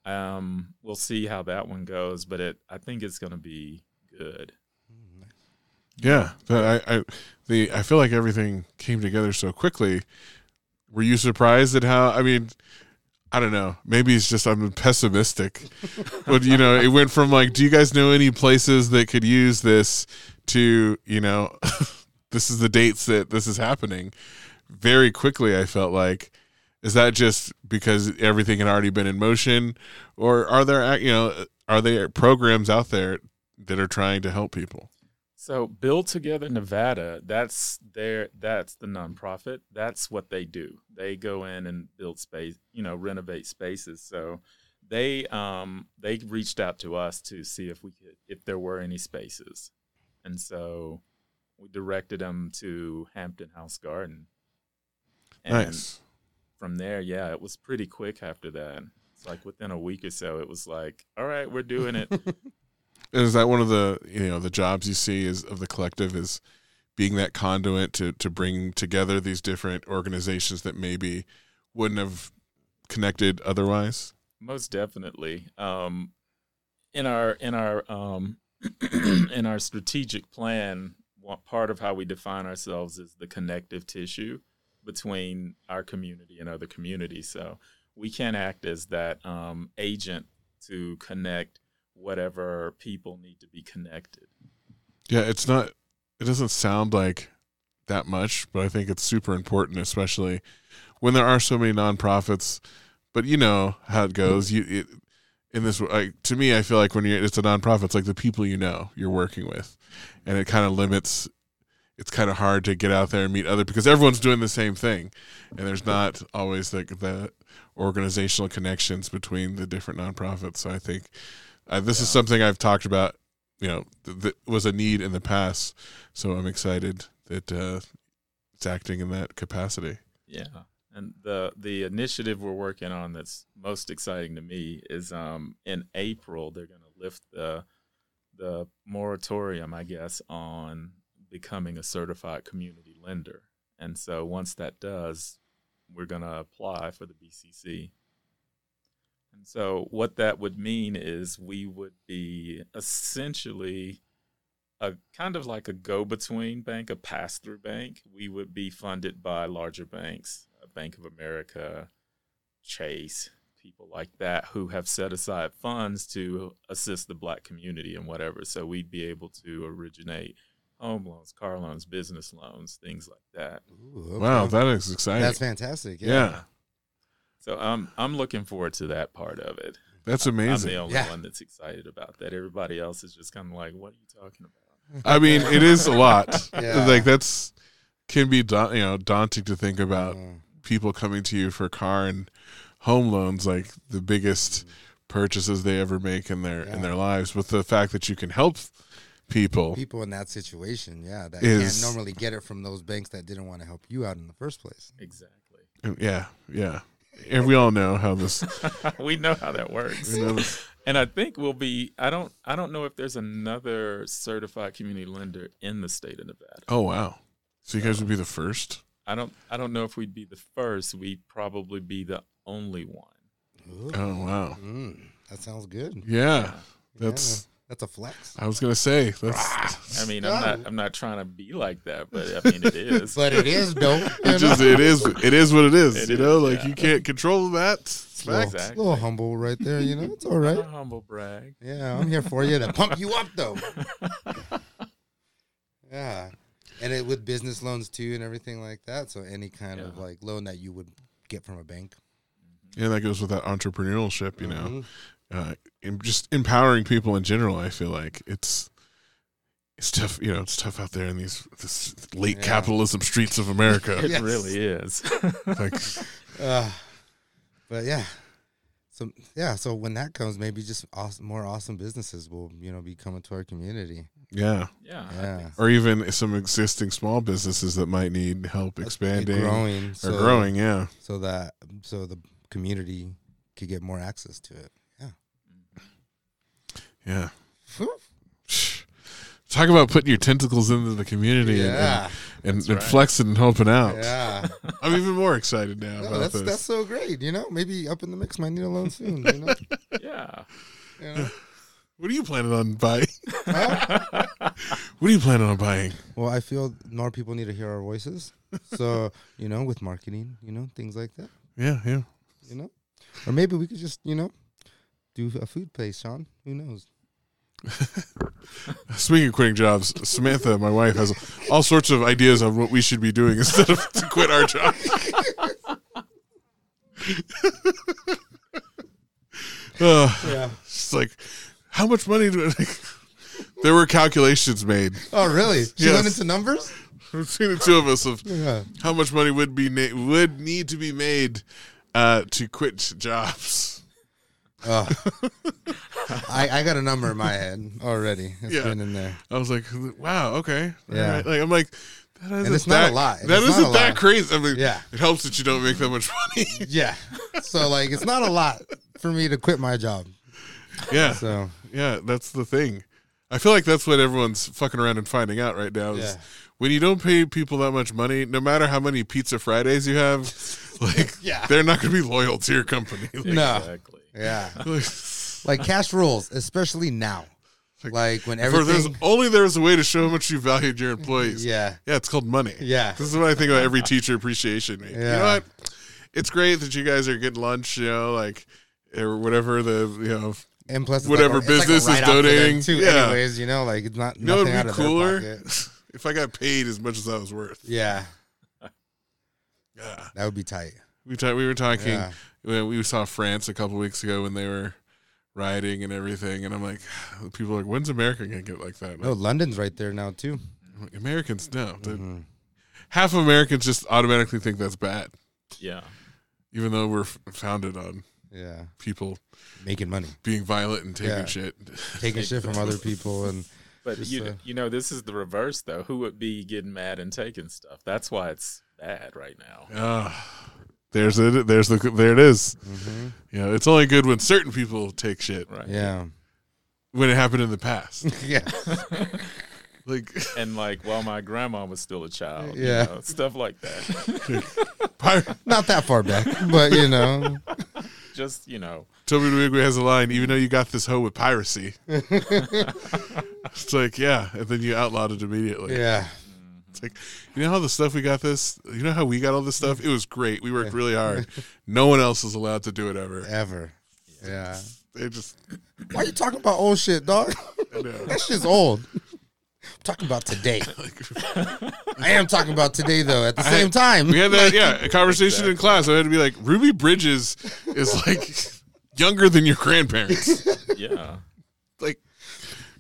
Speaker 5: um, we'll see how that one goes, but it I think it's going to be good.
Speaker 3: Yeah, that I, I the I feel like everything came together so quickly. Were you surprised at how? I mean, I don't know. Maybe it's just I'm pessimistic, but you know, it went from like, do you guys know any places that could use this? To you know, this is the dates that this is happening. Very quickly, I felt like. Is that just because everything had already been in motion, or are there ac- you know are there programs out there that are trying to help people?
Speaker 5: So Build Together Nevada, that's their that's the nonprofit. That's what they do. They go in and build space, you know, renovate spaces. So they um they reached out to us to see if we could if there were any spaces. And so we directed them to Hampton House Garden.
Speaker 3: Nice.
Speaker 5: from there, yeah, it was pretty quick after that. It's like within a week or so, it was like, all right, we're doing it.
Speaker 3: And is that one of the you know the jobs you see is of the collective is being that conduit to to bring together these different organizations that maybe wouldn't have connected otherwise?
Speaker 5: Most definitely. Um, in our in our um, in our strategic plan, one, part of how we define ourselves is the connective tissue between our community and other communities. So we can act as that um, agent to connect whatever people need to be connected.
Speaker 3: Yeah, it's not. It doesn't sound like that much, but I think it's super important, especially when there are so many nonprofits. But you know how it goes. You it, in this, like to me, I feel like when you're it's a nonprofit, it's like the people you know you're working with, and it kind of limits. It's kind of hard to get out there and meet other because everyone's doing the same thing, and there's not always like the organizational connections between the different nonprofits. So I think uh, this is something I've talked about you know th- th- was a need in the past. So I'm excited that uh, it's acting in that capacity.
Speaker 5: Yeah. Uh-huh. And the the initiative we're working on that's most exciting to me is um in April they're going to lift the the moratorium, I guess, on becoming a certified community lender. And so once that does, we're going to apply for the BCC. And so what that would mean is we would be essentially a kind of like a go-between bank, a pass-through bank. We would be funded by larger banks, uh, Bank of America, Chase, people like that, who have set aside funds to assist the Black community and whatever. So we'd be able to originate home loans, car loans, business loans, things like that.
Speaker 4: Ooh, okay.
Speaker 3: Wow, that is exciting.
Speaker 4: that's fantastic.
Speaker 3: yeah.
Speaker 4: Yeah.
Speaker 5: So I'm I'm looking forward to that part of it.
Speaker 3: that's
Speaker 5: I'm the
Speaker 3: amazing.
Speaker 5: only
Speaker 4: Yeah.
Speaker 5: one that's excited about that. Everybody else is just kind of like, "What are you talking about?"
Speaker 3: I mean, it is a lot.
Speaker 4: Yeah.
Speaker 3: Like that's can be da- you know daunting to think about
Speaker 4: Mm.
Speaker 3: people coming to you for car and home loans, like the biggest purchases they ever make in their in
Speaker 4: Yeah.
Speaker 3: their lives. But the fact that you can help people,
Speaker 4: People in that situation, yeah, that
Speaker 3: Is-
Speaker 4: can't normally get it from those banks that didn't want to help you out in the first place.
Speaker 5: Exactly.
Speaker 3: yeah, yeah, and we all know how this.
Speaker 5: we know how that works.
Speaker 3: we know this
Speaker 5: And I think we'll be I don't I don't know if there's another certified community lender in the state of Nevada.
Speaker 3: oh wow! So you guys would be the first.
Speaker 5: I don't I don't know if we'd be the first. We'd probably be the only one.
Speaker 4: Ooh.
Speaker 3: Oh wow!
Speaker 4: Mm, that sounds good.
Speaker 3: Yeah, that's
Speaker 4: Yeah. That's a flex.
Speaker 3: I was gonna say that's
Speaker 5: I mean, I'm not I'm not trying to be like that, but I mean it is.
Speaker 4: But it is dope. you
Speaker 3: it just it is it is what it is.
Speaker 5: It
Speaker 3: you
Speaker 5: is,
Speaker 3: know, like
Speaker 5: yeah.
Speaker 3: you can't control that. It's
Speaker 4: know?
Speaker 3: fact.
Speaker 5: Exactly.
Speaker 4: A little humble right there, you know. It's all
Speaker 5: Not
Speaker 4: right.
Speaker 5: a humble brag.
Speaker 4: Yeah, I'm here for you to pump you up though. yeah. And it with business loans too and everything like that. So any kind of
Speaker 5: Yeah.
Speaker 4: like loan that you would get from a bank.
Speaker 3: And that goes with that entrepreneurship, you know.
Speaker 4: Mhm.
Speaker 3: uh, em- just empowering people in general. I feel like it's it's tough, you know, it's tough out there in these this late
Speaker 4: Yeah.
Speaker 3: capitalism streets of America.
Speaker 5: It
Speaker 4: Yes.
Speaker 5: really is.
Speaker 3: like,
Speaker 4: Uh, but yeah. So yeah, so when that comes, maybe just awesome, more awesome businesses will, you know, be coming to our community.
Speaker 3: yeah,
Speaker 5: yeah. I
Speaker 4: Yeah.
Speaker 5: think
Speaker 3: or even some existing small businesses that might need help expanding or
Speaker 4: growing. Or
Speaker 3: growing. Yeah,
Speaker 4: So that so the community could get more access to it.
Speaker 3: yeah. Talk about putting your tentacles into the community and-
Speaker 4: Yeah.
Speaker 3: and, and,
Speaker 5: That's
Speaker 3: and
Speaker 5: right.
Speaker 3: flexing and helping out.
Speaker 4: Yeah.
Speaker 3: I'm even more excited now
Speaker 4: No,
Speaker 3: about
Speaker 4: that's
Speaker 3: this.
Speaker 4: that's so great. You know, maybe up in the mix might need a loan soon. You know,
Speaker 5: yeah.
Speaker 4: You know?
Speaker 3: What are you planning on buying?
Speaker 4: Huh?
Speaker 3: What are you planning on buying?
Speaker 4: well, I feel more people need to hear our voices. So you know, with marketing, you know, things like that.
Speaker 3: Yeah, yeah.
Speaker 4: You know, or maybe we could just you know do a food place, Sean. Who knows?
Speaker 3: Speaking of quitting jobs, Samantha, my wife, has all sorts of ideas on what we should be doing instead of to quit our job. uh,
Speaker 4: Yeah.
Speaker 3: she's like, how much money do I There were calculations made
Speaker 4: Oh, really? She
Speaker 3: Yes.
Speaker 4: went into numbers.
Speaker 3: between the two of us of
Speaker 4: Yeah.
Speaker 3: how much money would be na- would need to be made uh, to quit jobs.
Speaker 4: Oh. I I got a number in my head already. It's
Speaker 3: Yeah.
Speaker 4: been in there.
Speaker 3: I was like, wow, okay, all
Speaker 4: Yeah.
Speaker 3: right." Like I'm like, that isn't
Speaker 4: it's not
Speaker 3: that,
Speaker 4: a lot.
Speaker 3: That
Speaker 4: It's not
Speaker 3: not
Speaker 4: a
Speaker 3: that
Speaker 4: lot.
Speaker 3: crazy. I mean,
Speaker 4: Yeah.
Speaker 3: it helps that you don't make that much money.
Speaker 4: Yeah. So like, it's not a lot for me to quit my job.
Speaker 3: yeah,
Speaker 4: So
Speaker 3: Yeah, that's the thing. I feel like that's what everyone's fucking around and finding out right now. Is
Speaker 4: Yeah.
Speaker 3: When you don't pay people that much money, no matter how many Pizza Fridays you have, like
Speaker 4: Yeah.
Speaker 3: they're not going to be loyal to your company. Like,
Speaker 4: No.
Speaker 5: Exactly.
Speaker 4: yeah.
Speaker 3: like,
Speaker 4: like cash rules, especially now.
Speaker 3: Like,
Speaker 4: Like when
Speaker 3: for there's
Speaker 4: everything,
Speaker 3: only there's a way to show how much you valued your employees.
Speaker 4: yeah,
Speaker 3: Yeah, it's called money.
Speaker 4: yeah,
Speaker 3: This is what I think about every teacher appreciation week. You know
Speaker 4: Yeah.
Speaker 3: what? It's great that you guys are getting lunch, you know, like or whatever the you know
Speaker 4: and plus it's
Speaker 3: whatever
Speaker 4: like a- it's like a
Speaker 3: business is
Speaker 4: write-off for them
Speaker 3: donating,
Speaker 4: too.
Speaker 3: yeah.
Speaker 4: Anyways, you know, like it's not
Speaker 3: you know
Speaker 4: nothing
Speaker 3: it'd
Speaker 4: out
Speaker 3: be
Speaker 4: of
Speaker 3: cooler
Speaker 4: their pocket.
Speaker 3: if I got paid as much as I was worth.
Speaker 4: Yeah,
Speaker 3: Yeah.
Speaker 4: that would be tight.
Speaker 3: We ta- we were talking.
Speaker 4: Yeah.
Speaker 3: when We saw France a couple weeks ago when they were rioting and everything, and I'm like, people are like, when's America gonna get like that? And
Speaker 4: No, London's right there now too.
Speaker 3: I'm like, Americans, no.
Speaker 4: Mm-hmm.
Speaker 3: The- Half of Americans just automatically think that's bad,
Speaker 5: Yeah.
Speaker 3: even though we're f- founded on
Speaker 4: Yeah,
Speaker 3: people
Speaker 4: making money,
Speaker 3: being violent and taking
Speaker 4: Yeah.
Speaker 3: shit.
Speaker 4: taking shit from other people, and
Speaker 5: But
Speaker 4: Just,
Speaker 5: you
Speaker 4: uh,
Speaker 5: you know this is the reverse though. Who would be getting mad and taking stuff? That's why it's bad right now.
Speaker 3: Ah, there's it. There's the. There it is.
Speaker 4: Mhm.
Speaker 3: You know, it's only good when certain people take shit.
Speaker 5: Right.
Speaker 4: yeah,
Speaker 3: When it happened in the past,
Speaker 4: yeah,
Speaker 3: like
Speaker 5: And like while my grandma was still a child. you
Speaker 4: Yeah.
Speaker 5: know, stuff like that.
Speaker 3: Pir-
Speaker 4: not that far back, but you know,
Speaker 5: Just, you know,
Speaker 3: Toby Nwigwe has a line, even though you got this hoe with piracy. it's like, yeah, and then you outlawed it immediately.
Speaker 4: yeah,
Speaker 3: It's like, you know how the stuff we got this? You know how we got all this stuff? It was great. We worked really hard. No one else is allowed to do it ever.
Speaker 4: ever, yeah.
Speaker 3: They just,
Speaker 4: Why you talking about old shit, dog?
Speaker 3: I know.
Speaker 4: That shit's old. I'm talking about today. I am talking about today though. At the same time,
Speaker 3: We had that, yeah, a conversation in class. I had to be like, Ruby Bridges is like younger than your grandparents.
Speaker 5: yeah.
Speaker 3: Like,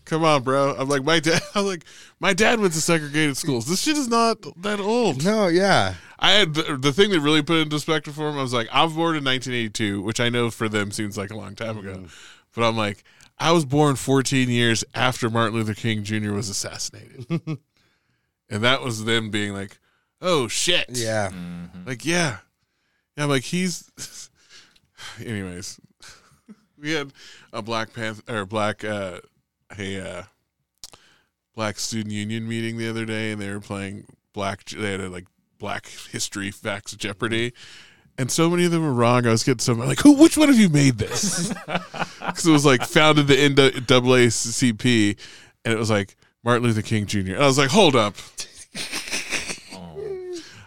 Speaker 3: come on, bro. I'm like, my dad, I'm like, my dad went to segregated schools. This shit is not that old.
Speaker 4: no, yeah,
Speaker 3: I had the, the thing that really put it into perspective for him. I was like, I was born in 1982, which I know for them seems like a long time ago,
Speaker 4: Mm-hmm.
Speaker 3: but I'm like, I was born 14 years after Martin Luther King Jr. was assassinated, and that was them being like, "Oh shit!"
Speaker 4: yeah.
Speaker 3: like yeah, yeah. I'm like he's, anyways. We had a Black Panther or Black uh, a uh, Black Student Union meeting the other day, and they were playing Black. They had a like Black History Facts Jeopardy, and so many of them were wrong. I was getting some like, who? Which one of you made this? Because it was like founded the NAACP, and it was like Martin Luther King Jr. And I was like, hold up.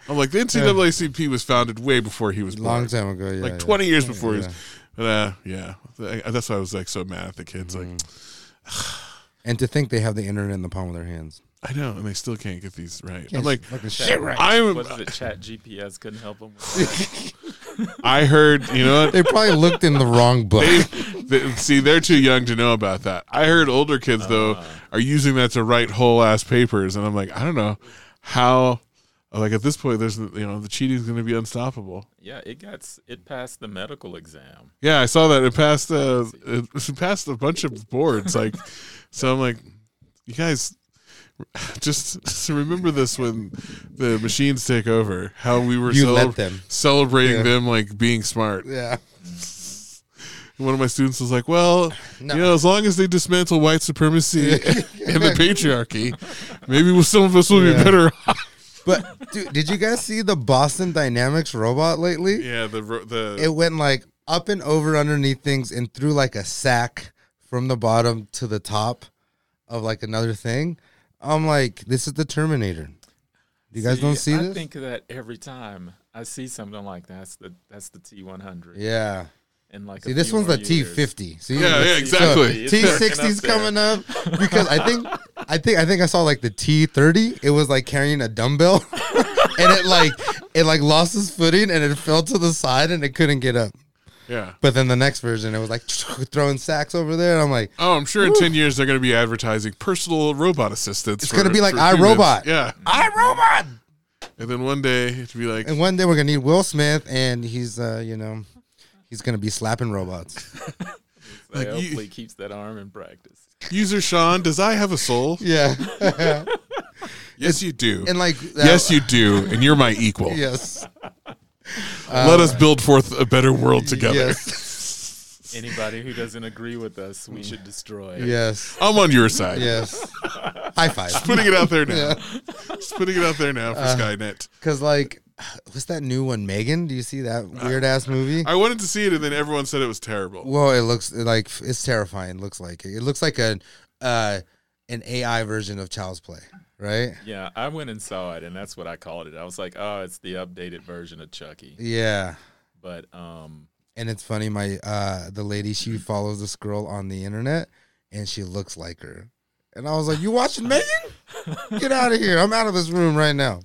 Speaker 3: I'm like the NCAACP was founded way before he was born,
Speaker 4: Long time ago, yeah.
Speaker 3: like
Speaker 4: yeah.
Speaker 3: 20 years before he
Speaker 4: Yeah.
Speaker 3: was. But, uh, yeah, I- that's why I was like so mad at the kids. Like,
Speaker 4: Mm-hmm. And to think they have the internet in the palm of their hands.
Speaker 3: I know, and they still can't get these right. I'm
Speaker 4: Yes,
Speaker 3: like,
Speaker 4: fucking
Speaker 3: shit,
Speaker 4: shit
Speaker 3: right.
Speaker 4: right.
Speaker 3: I'm.
Speaker 5: Was it Chat GPS couldn't help him? With
Speaker 3: I heard, you know what?
Speaker 4: They probably looked in the wrong book.
Speaker 3: They- see, they're too young to know about that. I heard older kids
Speaker 4: Ah.
Speaker 3: though are using that to write whole ass papers, and I'm like, I don't know how. Like at this point, there's you know the cheating's going to be unstoppable.
Speaker 5: that? yeah, it got s- it passed the medical exam.
Speaker 3: Yeah, I saw that it passed. Uh, it passed a bunch of boards. Like, so I'm like, you guys, just, just remember this when the machines take over. How we were
Speaker 4: You
Speaker 3: celeb-
Speaker 4: let them.
Speaker 3: celebrating
Speaker 4: Yeah.
Speaker 3: them like being smart.
Speaker 4: yeah.
Speaker 3: one of my students was like, "Well,
Speaker 4: No.
Speaker 3: you know, as long as they dismantle white supremacy and the patriarchy, maybe we'll- some of us will be
Speaker 4: Yeah.
Speaker 3: better." off."
Speaker 4: But dude, did you guys see the Boston Dynamics robot lately?
Speaker 3: yeah, the ro- the
Speaker 4: It went like up and over underneath things and through like a sack from the bottom to the top of like another thing. I'm like, this is the Terminator. You guys don't see
Speaker 5: I
Speaker 4: this?
Speaker 5: think of that every time I see something I'm like that's the that's the T100.
Speaker 4: yeah.
Speaker 5: And like
Speaker 4: See,
Speaker 5: a
Speaker 4: this
Speaker 5: few
Speaker 4: one's
Speaker 5: more
Speaker 4: the
Speaker 5: years.
Speaker 4: T50. See?
Speaker 3: yeah, yeah, exactly.
Speaker 5: It's
Speaker 4: T
Speaker 5: working up
Speaker 4: sixty's
Speaker 5: there.
Speaker 4: coming up because I think I think I think I saw like the T thirty. It was like carrying a dumbbell, and it like it like lost its footing and it fell to the side and it couldn't get up.
Speaker 3: Yeah.
Speaker 4: But then the next version, it was like throwing sacks over there. And I'm like,
Speaker 3: Oh, I'm sure in ten years they're going to be advertising personal robot assistants.
Speaker 4: It's
Speaker 3: for-
Speaker 4: gonna be like
Speaker 3: for humans.
Speaker 4: iRobot.
Speaker 3: Yeah,
Speaker 4: I robot.
Speaker 3: and then one day it'll be like,
Speaker 4: And one day we're gonna need Will Smith, and he's uh, you know, he's gonna be slapping robots.
Speaker 5: They
Speaker 3: Like, you-
Speaker 5: hopefully keeps that arm in practice.
Speaker 3: "User Sean, does I have a soul?
Speaker 4: Yeah,
Speaker 3: Yes, you do.
Speaker 4: and like that-
Speaker 3: yes, you do, and you're my equal.
Speaker 4: yes,
Speaker 3: Let us build forth a better world together.
Speaker 4: yes,
Speaker 5: Anybody who doesn't agree with us, we should destroy.
Speaker 4: yes,
Speaker 3: I'm on your side.
Speaker 4: yes. High five.
Speaker 3: Putting it out there now. Just putting it out there now
Speaker 4: Uh.
Speaker 3: for Skynet.
Speaker 4: Cause like, what's that new one, Megan? Do you see that
Speaker 3: Uh,
Speaker 4: weird ass movie?
Speaker 3: I wanted to see it, and then everyone said it was terrible.
Speaker 4: Well, it looks like it's terrifying. It looks like it looks like a uh, an AI version of Child's Play, right?
Speaker 5: Yeah, I went and saw it, and that's what I called it. I was like, "Oh, it's the updated version of Chucky."
Speaker 4: Yeah,
Speaker 5: But um,
Speaker 4: and it's funny. My uh, the lady she follows this girl on the internet, and she looks like her. And I was like, "You watching Megan? Get out of here! I'm out of this room right now."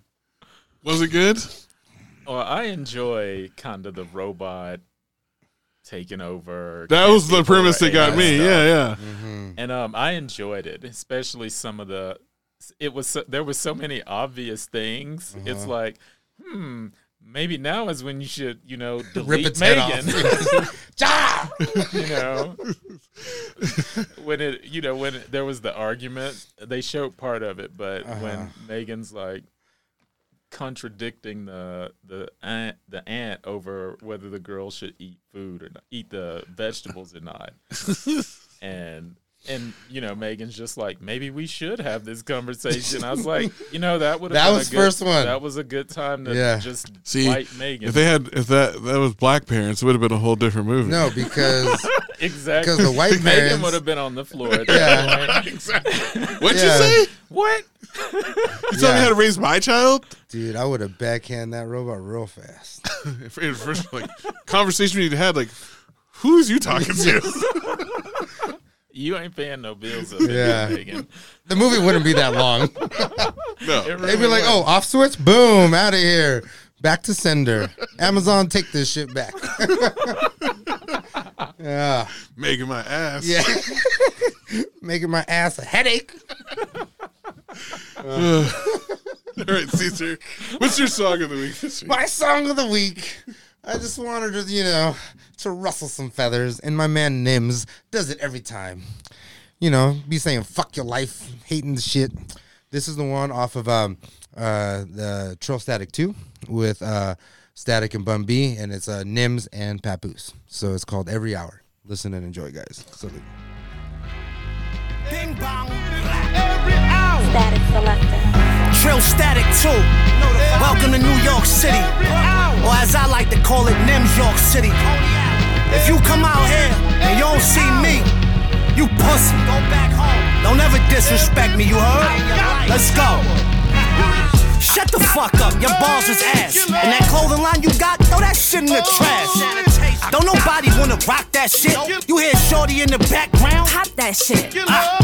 Speaker 3: Was it good?
Speaker 5: oh, I enjoy kind of the robot taking over.
Speaker 3: That was the
Speaker 5: people
Speaker 3: premise
Speaker 5: or
Speaker 3: that got
Speaker 5: AI
Speaker 3: me.
Speaker 5: stuff.
Speaker 3: Yeah, yeah. Mm-hmm.
Speaker 5: and um, I enjoyed it, especially some of the. It was so, there was so many obvious things.
Speaker 3: Uh-huh.
Speaker 5: It's like, hmm, maybe now is when you should, you know, delete
Speaker 4: Rip its head
Speaker 5: Megan.
Speaker 4: off. Ja!
Speaker 5: you know when it you know when there was the argument they showed part of it but
Speaker 4: Uh-huh.
Speaker 5: when megan's like contradicting the the aunt the aunt over whether the girl should eat food or not, eat the vegetables or not and and you know megan's just like maybe we should have this conversation i was like you know that would
Speaker 4: That
Speaker 5: been a
Speaker 4: was
Speaker 5: good-
Speaker 4: first one.
Speaker 5: that was a good time to
Speaker 4: Yeah.
Speaker 5: just
Speaker 3: See,
Speaker 5: fight megan
Speaker 3: If they had, if that that was black parents, it would have been a whole different movie.
Speaker 4: No, because
Speaker 5: exactly
Speaker 4: because the white
Speaker 5: megan
Speaker 4: parents.
Speaker 5: would have been on the floor at
Speaker 4: Yeah.
Speaker 5: that point
Speaker 3: What'd
Speaker 4: Yeah.
Speaker 3: you say?
Speaker 5: What?
Speaker 3: You tell me
Speaker 4: Yeah.
Speaker 3: how to raise my child?
Speaker 4: Dude, I would have backhand that robot real fast.
Speaker 3: If- if First, like conversation we'd had, like who's you talking to?
Speaker 5: You ain't paying no bills up
Speaker 4: Yeah.
Speaker 5: yeah. Megan.
Speaker 4: The movie wouldn't be that long.
Speaker 3: No,
Speaker 4: They'd be like, "Oh, off switch, boom, out of here, back to sender. Amazon, take this shit back." yeah,
Speaker 3: making my ass.
Speaker 4: yeah, making my ass a headache.
Speaker 3: All right, Caesar. What's your song of the week this week?
Speaker 4: My song of the week. I just wanted to, you know, to rustle some feathers, and my man Nims does it every time. You know, be saying "fuck your life," hating the shit. This is the one off of um, uh, the Trill Static Two with uh, Static and Bun B, and it's uh, Nims and Papoose. So it's called Every Hour. Listen and enjoy, guys. Salute.
Speaker 6: Bing bong. Every hour.
Speaker 7: Static selector.
Speaker 6: Trill static too. Welcome to New York City. Or as I like to call
Speaker 7: call it Nims York City. If you come out here and you don't see me, you pussy. Go back home. Don't ever disrespect me, you heard? Let's go. Shut the fuck up, your balls is ass. And that clothing line you got, throw that shit in the trash. Don't nobody wanna rock that shit. You hear Shorty in the background?
Speaker 8: Pop that shit.
Speaker 7: Ah.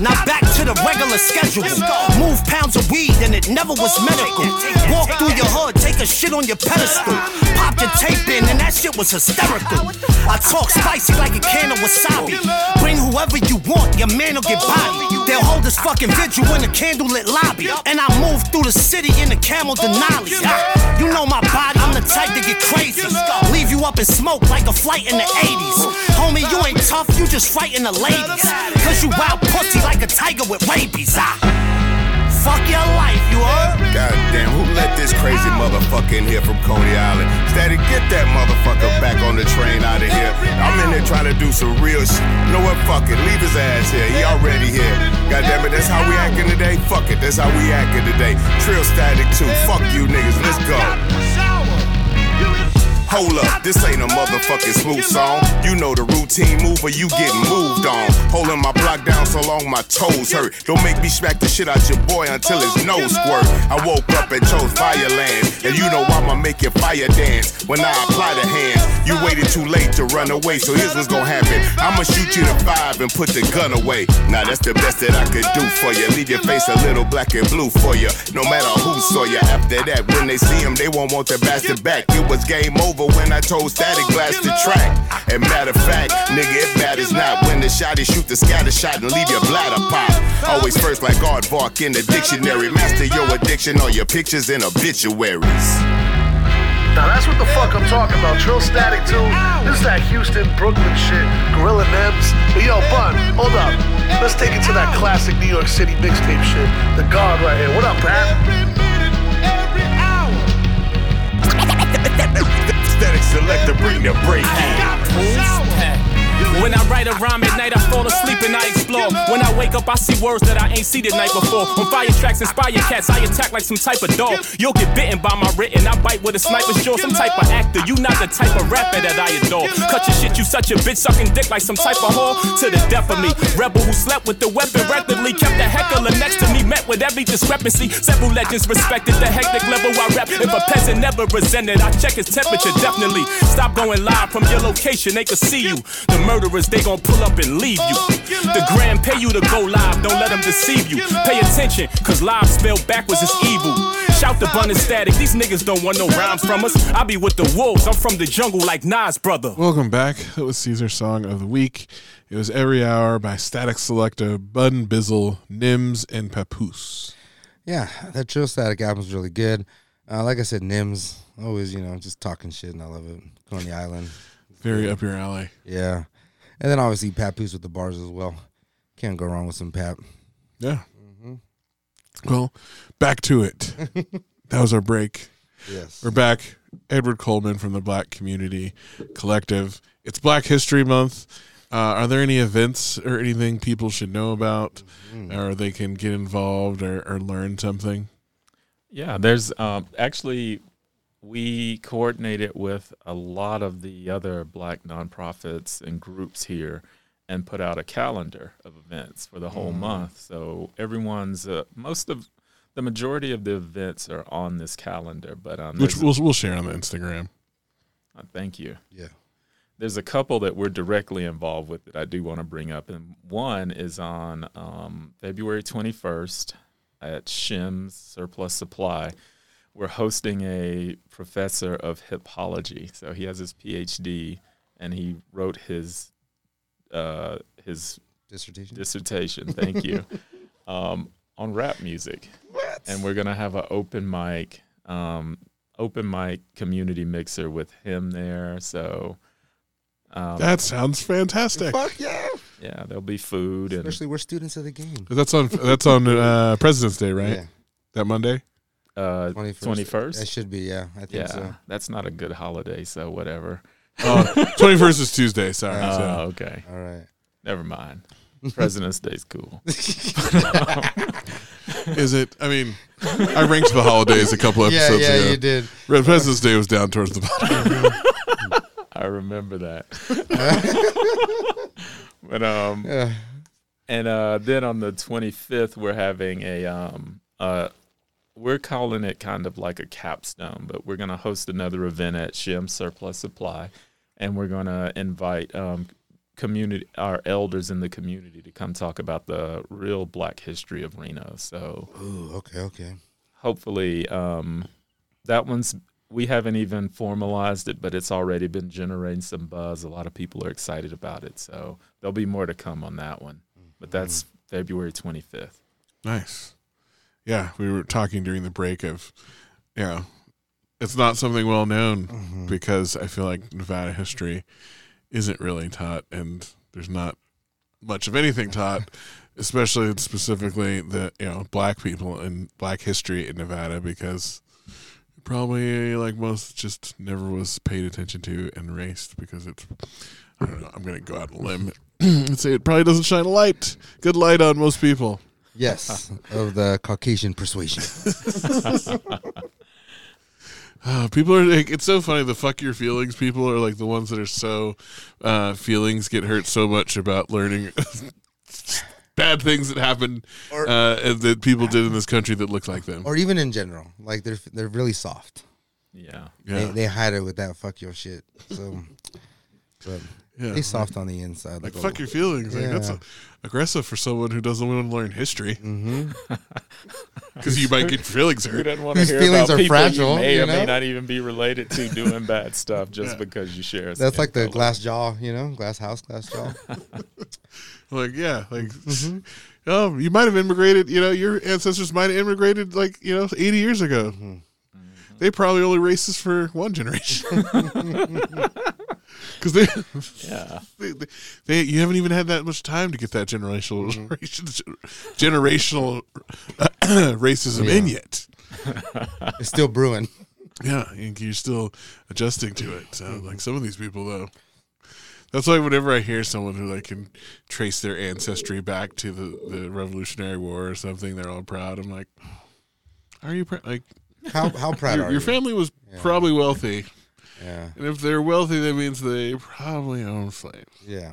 Speaker 7: Now back to the regular schedule. Move pounds of weed and it never was medical. Walk through your hood, take a shit on your pedestal. Pop your tape in and that shit was hysterical. I talk spicy like a can of wasabi. Bring whoever you want, your man will get body. They'll hold this fucking vigil in a candlelit lobby. And I move through the city in a camel Denali. Ah, You know my body, I'm the type to get crazy. Leave you up in smoke like a flight in the 80s. Homie, you ain't tough, you just fighting the ladies. Cause you wild pussy like a tiger with rabies. Ah, fuck your life, you heard?
Speaker 9: Goddamn, who let this crazy motherfucker in here from Coney Island? Steady, get that motherfucker back on the train out of here. I'm in there trying to do some real shit. You know what? Fuck it. Leave his ass here. He already here. Goddamn it, that's how we acting today? Fuck it. That's how we acting today. Trill static too. Fuck you niggas. Let's go. Hold up, this ain't a motherfucking smooth song. You know the routine move or you getting moved on. Holding my block down so long my toes hurt. Don't make me smack the shit out your boy until his nose squirt. I woke up and chose Fireland. And you know I'ma make your fire dance when I apply the hands. You waited too late to run away, so here's what's gonna happen. I'ma shoot you to five and put the gun away. Now that's the best that I could do for you. Leave your face a little black and blue for you. No matter who saw you after that, when they see him, they won't want the bastard back. It was game over when I told Static Blast to track. And matter of fact, nigga, it matters not when the shot is shoot the scatter shot and leave your bladder pop. Always first like Aardvark in the dictionary. Master your addiction or your pictures in obituaries.
Speaker 10: Now that's what the fuck I'm talking about. Trill Static 2. This is that Houston, Brooklyn shit. Gorilla Nems. But yo, Bun, hold up. Let's take it to that classic New York City mixtape shit. The God right here. What up, Pat?
Speaker 9: Static select to bring the break.
Speaker 7: When I write a rhyme at night, I fall asleep and I explore. When I wake up, I see words that I ain't seen the night before. When fire tracks inspire cats, I attack like some type of dog. You'll get bitten by my written, I bite with a sniper's jaw. Some type of actor, you not the type of rapper that I adore. Cut your shit, you such a bitch, sucking dick like some type of whore. To the death of me, rebel who slept with the weapon rapidly, kept the heckler next to me, met with every discrepancy. Several legends respected the hectic level I rap. If a peasant never resented, I check his temperature definitely. Stop going live from your location, they can see you. The murderers, they gon' pull up and leave you. The grand pay you to go live, don't let them deceive you. Pay attention, cause live spelled backwards is evil. Shout the bun and static, these niggas don't want no rhymes from us. I be with the wolves, I'm from the jungle like Nas, brother.
Speaker 3: Welcome back. That was Caesar's Song of the Week. It was Every Hour by Static Selecta, Bun Bizzle, Nims, and Papoose.
Speaker 4: Yeah, that Trill Static album's really good. Uh, like I said, Nims always, you know, just talking shit, and I love it. Coney Island,
Speaker 3: Very up your alley.
Speaker 4: yeah, and then obviously Papoose with the bars as well. Can't go wrong with some Pap.
Speaker 3: Yeah. Well, back to it. that was our break.
Speaker 4: Yes.
Speaker 3: We're back. Edward Coleman from the Black Community Collective. It's Black History Month. Uh, are there any events or anything people should know about
Speaker 4: Mm-hmm.
Speaker 3: or they can get involved or, or learn something?
Speaker 5: Yeah, there's um, actually we coordinated with a lot of the other black nonprofits and groups here and put out a calendar of events for the whole
Speaker 4: Mm.
Speaker 5: month. So everyone's uh, most of the majority of the events are on this calendar, but um,
Speaker 3: Which
Speaker 5: there's-
Speaker 3: we'll, we'll share on the Instagram.
Speaker 5: uh, thank you.
Speaker 4: Yeah.
Speaker 5: There's a couple that we're directly involved with that I do want to bring up, and one is on um, February 21st at Shim's Surplus Supply. We're hosting a professor of hippology, so he has his PhD, and he wrote his uh, his
Speaker 4: Dissertation.
Speaker 5: dissertation. Thank you. um, on rap music. And we're gonna have an open mic, um, open mic community mixer with him there. So um,
Speaker 3: That sounds fantastic.
Speaker 4: Fuck yeah!
Speaker 5: yeah, there'll be food and
Speaker 4: Especially we're students of the game.
Speaker 3: That's on that's on uh, President's Day, right?
Speaker 4: Yeah.
Speaker 3: That Monday.
Speaker 5: uh,
Speaker 4: 21st.
Speaker 5: 21st?
Speaker 4: That uh, should be, yeah. I think
Speaker 5: yeah,
Speaker 4: so.
Speaker 5: that's not a good holiday. So whatever.
Speaker 3: Twenty first is Tuesday. Sorry.
Speaker 4: Uh,
Speaker 5: Oh,
Speaker 3: so.
Speaker 5: okay.
Speaker 4: All right.
Speaker 5: Never mind. President's Day's cool.
Speaker 3: is it? I mean, I ranked the holidays a couple
Speaker 4: Yeah,
Speaker 3: episodes
Speaker 4: yeah,
Speaker 3: ago.
Speaker 4: you did.
Speaker 3: Red President's Day was down towards the bottom.
Speaker 5: I remember that. but um,
Speaker 4: Uh,
Speaker 5: and uh, then on the 25th, we're having a um, uh, we're calling it kind of like a capstone, but we're gonna host another event at Shim Surplus Supply, and we're gonna invite um, community our elders in the community to come talk about the real Black history of Reno. So
Speaker 4: Ooh, okay, okay.
Speaker 5: hopefully um, that one's we haven't even formalized it but it's already been generating some buzz a lot of people are excited about it so there'll be more to come on that one but that's february 25th
Speaker 3: Nice. Yeah, we were talking during the break of, you know, it's not something well known because I feel like Nevada history isn't really taught, and there's not much of anything taught, especially and specifically the you know black people and black history in Nevada because probably like most just never was paid attention to and raced because it's I don't know I'm gonna go out on a limb and say it probably doesn't shine a light good light on most people.
Speaker 4: Yes, of the Caucasian persuasion.
Speaker 3: Uh, people are like, it's so funny. The fuck your feelings people are like the ones that are so uh, feelings get hurt so much about learning bad things that happened uh, and that people did in this country that look like them.
Speaker 4: or even in general. Like they're they're really soft.
Speaker 5: yeah
Speaker 3: yeah,
Speaker 4: They, they hide it with that fuck your shit. So, but
Speaker 3: Yeah.
Speaker 4: they soft on the inside.
Speaker 3: like
Speaker 4: Like, oh,
Speaker 3: fuck
Speaker 4: a-
Speaker 3: your feelings. Like that's
Speaker 4: Yeah.
Speaker 3: a, aggressive for someone who doesn't want to learn history.
Speaker 4: Mm-hmm.
Speaker 3: Because you might get feelings
Speaker 5: who
Speaker 3: hurt.
Speaker 5: doesn't want to
Speaker 4: Whose
Speaker 5: hear
Speaker 4: feelings
Speaker 5: about
Speaker 4: are
Speaker 5: people
Speaker 4: fragile,
Speaker 5: you may
Speaker 4: you
Speaker 5: or may
Speaker 4: know?
Speaker 5: not even be related to doing bad stuff just because you share a
Speaker 4: that's
Speaker 5: skin
Speaker 4: like the
Speaker 5: color.
Speaker 4: glass jaw, you know, glass house, glass jaw.
Speaker 3: Like yeah, like oh, you might have immigrated. You know, your ancestors might have immigrated like you know eighty years ago. They probably only racist for one generation because they,
Speaker 5: yeah
Speaker 3: they, they, they you haven't even had that much time to get that generational generational uh, racism in yet.
Speaker 4: It's still brewing.
Speaker 3: Yeah, and you're still adjusting to it. So,
Speaker 4: Mm-hmm.
Speaker 3: like some of these people, though, that's why whenever I hear someone who like can trace their ancestry back to the, the Revolutionary War or something, they're all proud. I'm like, are you pr- like
Speaker 4: How how proud
Speaker 3: your,
Speaker 4: are
Speaker 3: your
Speaker 4: you?
Speaker 3: family was probably wealthy,
Speaker 4: yeah,
Speaker 3: and if they're wealthy, that means they probably own slaves
Speaker 4: yeah.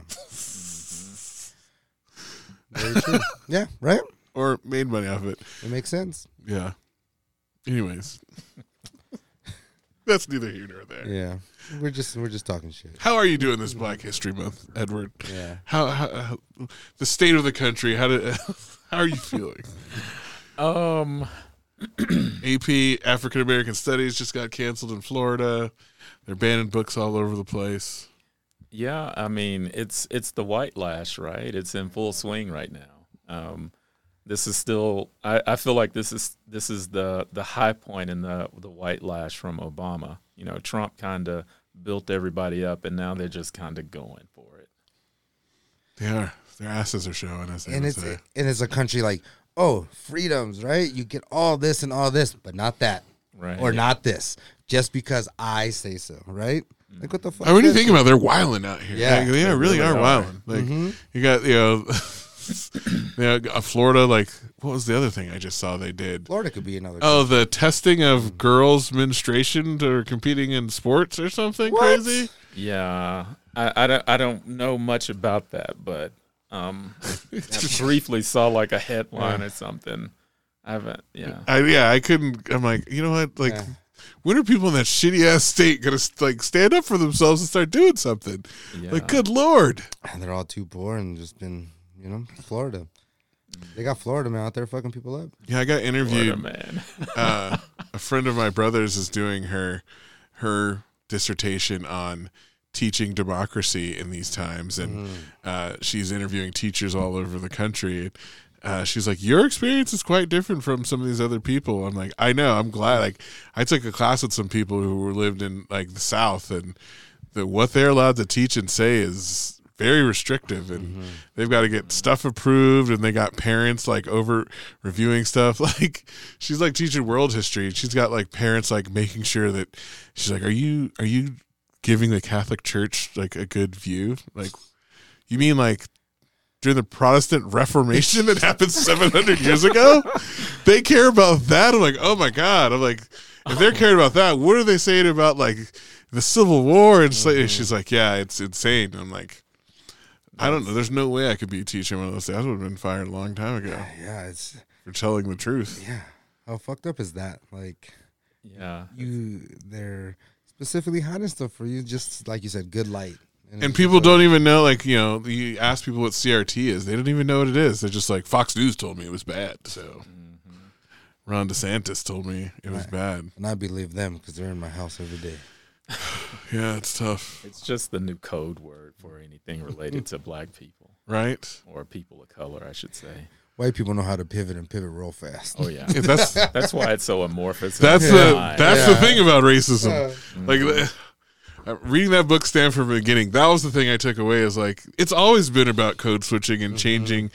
Speaker 4: Very true. Yeah, right.
Speaker 3: or made money off it.
Speaker 4: It makes sense.
Speaker 3: Yeah. Anyways, that's neither here nor there.
Speaker 4: Yeah, we're just we're just talking shit.
Speaker 3: How are you doing this Black History Month, Edward?
Speaker 4: Yeah.
Speaker 3: How, how, how the state of the country? How do, how are you feeling?
Speaker 5: um
Speaker 3: AP African American Studies just got canceled in Florida. They're banning books all over the place.
Speaker 5: Yeah, I mean it's it's the white lash, right? It's in full swing right now. Um, this is still, I, I feel like this is this is the the high point in the the white lash from Obama. You know, Trump kind of built everybody up, and now they're just kind of going for it.
Speaker 3: They are. Their asses are showing us.
Speaker 4: and it's and it's a country like oh freedoms right you get all this and all this but not that
Speaker 5: Right.
Speaker 4: or not this just because i say so right like what the fuck
Speaker 3: I mean, you
Speaker 4: is-
Speaker 3: think about it, they're wilding out here.
Speaker 4: Yeah.
Speaker 3: Like, they, are- really are wilding. Like
Speaker 4: Mm-hmm.
Speaker 3: you got you know, you know, Florida. Like what was the other thing I just saw they did?
Speaker 4: florida could be another
Speaker 3: Oh, the testing of girls' menstruation to competing in sports or something crazy.
Speaker 5: Yeah, I, I don't I don't know much about that, but um, I briefly saw like a headline or something. I haven't. Yeah,
Speaker 3: I, yeah, I couldn't. I'm like, you know what? Like, when are people in that shitty ass state gonna like stand up for themselves and start doing something? Like, good lord,
Speaker 4: and they're all too poor and just been you know florida they got florida man out there fucking people up
Speaker 3: yeah. I got
Speaker 5: Florida,
Speaker 3: interviewed.
Speaker 5: man.
Speaker 3: Uh, a friend of my brother's is doing her her dissertation on teaching democracy in these times, and uh, she's interviewing teachers all over the country. Uh, she's like, your experience is quite different from some of these other people. I'm like, I know. I'm glad. Like, I took a class with some people who were lived in like the South, and the what they're allowed to teach and say is very restrictive, and they've got to get stuff approved, and they got parents like over reviewing stuff. Like, she's like teaching world history, and she's got like parents like making sure that she's like, are you are you giving the Catholic Church like a good view? Like, you mean like during the Protestant Reformation that happened 700 years ago. They care about that. I'm like, oh my god. I'm like, if they're caring about that, what are they saying about like the Civil War and sla- and she's like, yeah, it's insane. I'm like, I don't know. There's no way I could be teaching one of those. things. I would have been fired a long time ago
Speaker 4: Yeah, it's
Speaker 3: for telling the truth.
Speaker 4: yeah. How fucked up is that? Like
Speaker 5: Yeah.
Speaker 4: you, they're specifically hiding stuff for you, just like you said, good light.
Speaker 3: And people don't even know, like, you know, you ask people what CRT is, they don't even know what it is. They're just like, Fox News told me it was bad. So Ron DeSantis told me it was bad.
Speaker 4: And I believe them because they're in my house every day.
Speaker 3: Yeah, it's tough,
Speaker 5: It's just the new code word for anything related to black people
Speaker 3: right?
Speaker 5: or people of color, I should say.
Speaker 4: White people know how to pivot and pivot real fast.
Speaker 5: Oh yeah.
Speaker 3: Yeah, that's
Speaker 5: That's why it's so amorphous. and
Speaker 3: that's the
Speaker 5: wide.
Speaker 3: that's the thing about racism. Like uh, reading that book stand from the beginning, that was the thing I took away is like it's always been about code switching and changing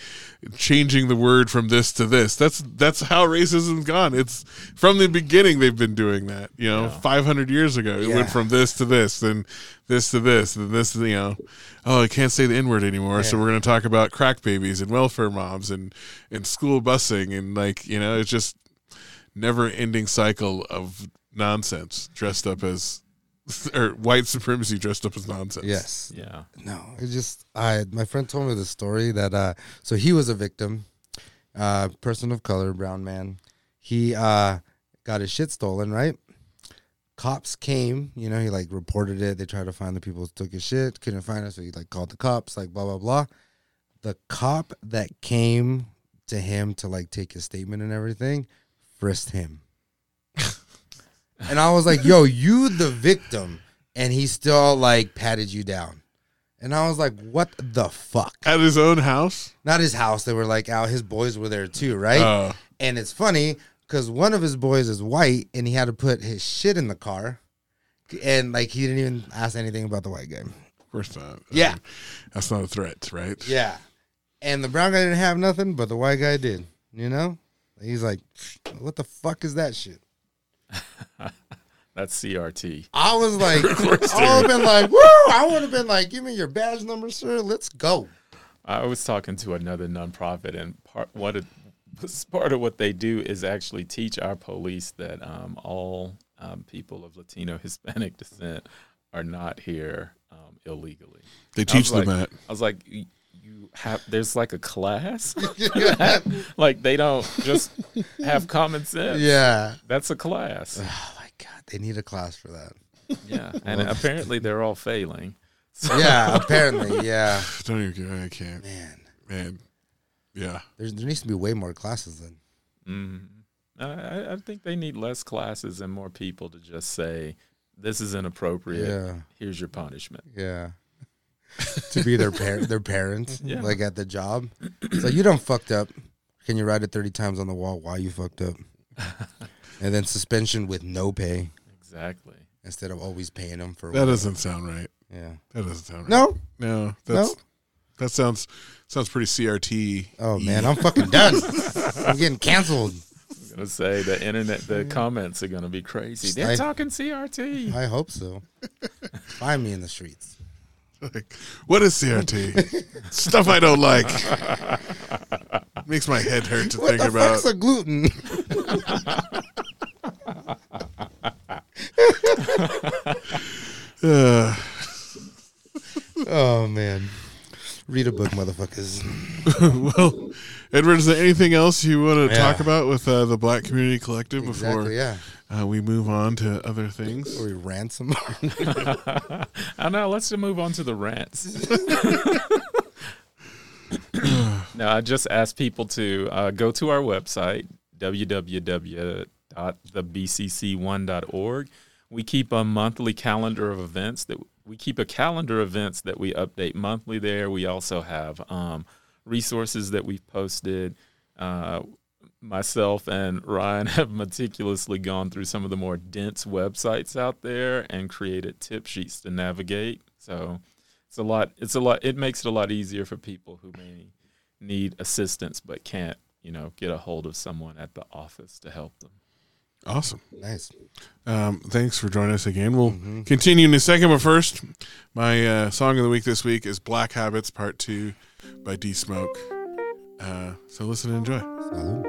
Speaker 3: changing the word from this to this. That's that's how racism's gone. It's from the beginning they've been doing that. You know, five hundred years ago. It went
Speaker 4: Yeah.
Speaker 3: from this to this, then this to this, then this to you know, oh I can't say the N word anymore, so we're gonna talk about crack babies and welfare mobs and and school busing and like, you know, it's just never ending cycle of nonsense dressed up as or white supremacy dressed up as nonsense.
Speaker 4: Yes.
Speaker 5: Yeah.
Speaker 4: No, it just I my friend told me the story that uh so he was a victim, uh person of color, brown man. He uh got his shit stolen, right? Cops came, you know, he like reported it. They tried to find the people who took his shit, couldn't find us, so he like called the cops, like blah blah blah. The cop that came to him to like take his statement and everything, frisked him. and I was like, "Yo, you the victim." And he still like patted you down. And I was like, what the fuck?
Speaker 3: At his own house?
Speaker 4: Not his house. They were like out. His boys were there too, right?
Speaker 3: Oh.
Speaker 4: and it's funny because one of his boys is white and he had to put his shit in the car. And like he didn't even ask anything about the white guy.
Speaker 3: Of course not.
Speaker 4: Yeah.
Speaker 3: That's not a threat, right?
Speaker 4: Yeah. And the brown guy didn't have nothing, but the white guy did. You know? He's like, what the fuck is that shit?
Speaker 5: That's CRT.
Speaker 4: I was like, I would have been like, woo! I would have been like, give me your badge number, sir. Let's go.
Speaker 5: I was talking to another nonprofit, and part what it, part of what they do is actually teach our police that um, all um, people of Latino Hispanic descent are not here um, illegally.
Speaker 3: They
Speaker 5: I was
Speaker 3: teach them
Speaker 5: like-
Speaker 3: that.
Speaker 5: I was like, "You- you have there's like a class, like they don't just have common sense.
Speaker 4: Yeah.
Speaker 5: That's a class.
Speaker 4: Oh my God. They need a class for that.
Speaker 5: Yeah, and apparently they're all failing.
Speaker 4: Yeah, apparently. Yeah.
Speaker 3: Don't even get I can't.
Speaker 4: Man.
Speaker 3: Man. Yeah.
Speaker 4: There's, there needs to be way more classes then.
Speaker 5: I- I, I think they need less classes and more people to just say, "This is inappropriate.
Speaker 4: Yeah.
Speaker 5: Here's your punishment."
Speaker 4: Yeah. to be their parent, their parent,
Speaker 5: Yeah.
Speaker 4: like at the job. So you don't fucked up. Can you write it thirty times on the wall why you fucked up? and then suspension with no pay
Speaker 5: Exactly.
Speaker 4: instead of always paying them for.
Speaker 3: That doesn't sound right.
Speaker 4: yeah.
Speaker 3: That doesn't sound right.
Speaker 4: No.
Speaker 3: No. That's that sounds sounds pretty CRT.
Speaker 4: Oh man, I'm fucking done. I'm getting canceled.
Speaker 5: I'm gonna say the internet, the comments are gonna be crazy. They're
Speaker 4: I-
Speaker 5: talking CRT.
Speaker 4: I hope so. Find me in the streets.
Speaker 3: Like, what is CRT? Stuff I don't like. Makes my head hurt to think
Speaker 4: the
Speaker 3: about.
Speaker 4: fuck's a gluten?
Speaker 3: Uh,
Speaker 4: oh man. Read a book, motherfuckers.
Speaker 3: well, Edward, is there anything else you want to
Speaker 4: Yeah.
Speaker 3: talk about with uh, the Black Community Collective before
Speaker 4: Exactly. Yeah.
Speaker 3: uh, we move on to other things?
Speaker 4: Or we ransom.
Speaker 5: I know. Let's just move on to the rants. no, I just asked people to uh, go to our website www.thebcc1.org. We keep a monthly calendar of events that we keep a calendar of events that we update monthly. There, we also have um, resources that we've posted. Uh, myself and Ryan have meticulously gone through some of the more dense websites out there and created tip sheets to navigate. So it's a lot. It's a lot. It makes it a lot easier for people who may need assistance but can't, you know, get a hold of someone at the office to help them.
Speaker 3: Awesome.
Speaker 4: nice.
Speaker 3: Um, thanks for joining us again. We'll
Speaker 4: Mm-hmm.
Speaker 3: continue in a second, but first, my uh, song of the week this week is Black Habits Part 2 by D Smoke. Uh, so listen and enjoy.
Speaker 4: Salud.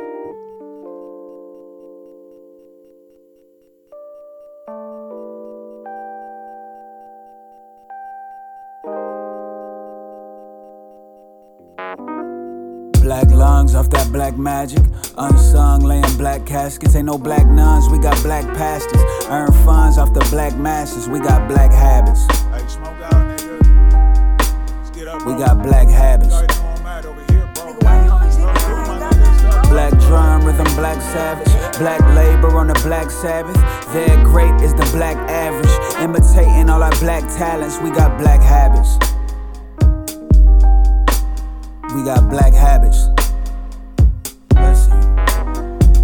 Speaker 9: Black lungs off that black magic. Unsung, laying black caskets. Ain't no black nuns, we got black pastors. Earn funds off the black masses, we got black habits.
Speaker 11: Hey, smoke out, nigga. Let's get up.
Speaker 9: We got black habits.
Speaker 11: Sorry, come on, Matt, over here, bro. Don't do my niggas, dog.
Speaker 9: Black drum rhythm, black savage. Black labor on the black Sabbath. Their great is the black average. Imitating all our black talents, we got black habits. We got black habits. Let's see.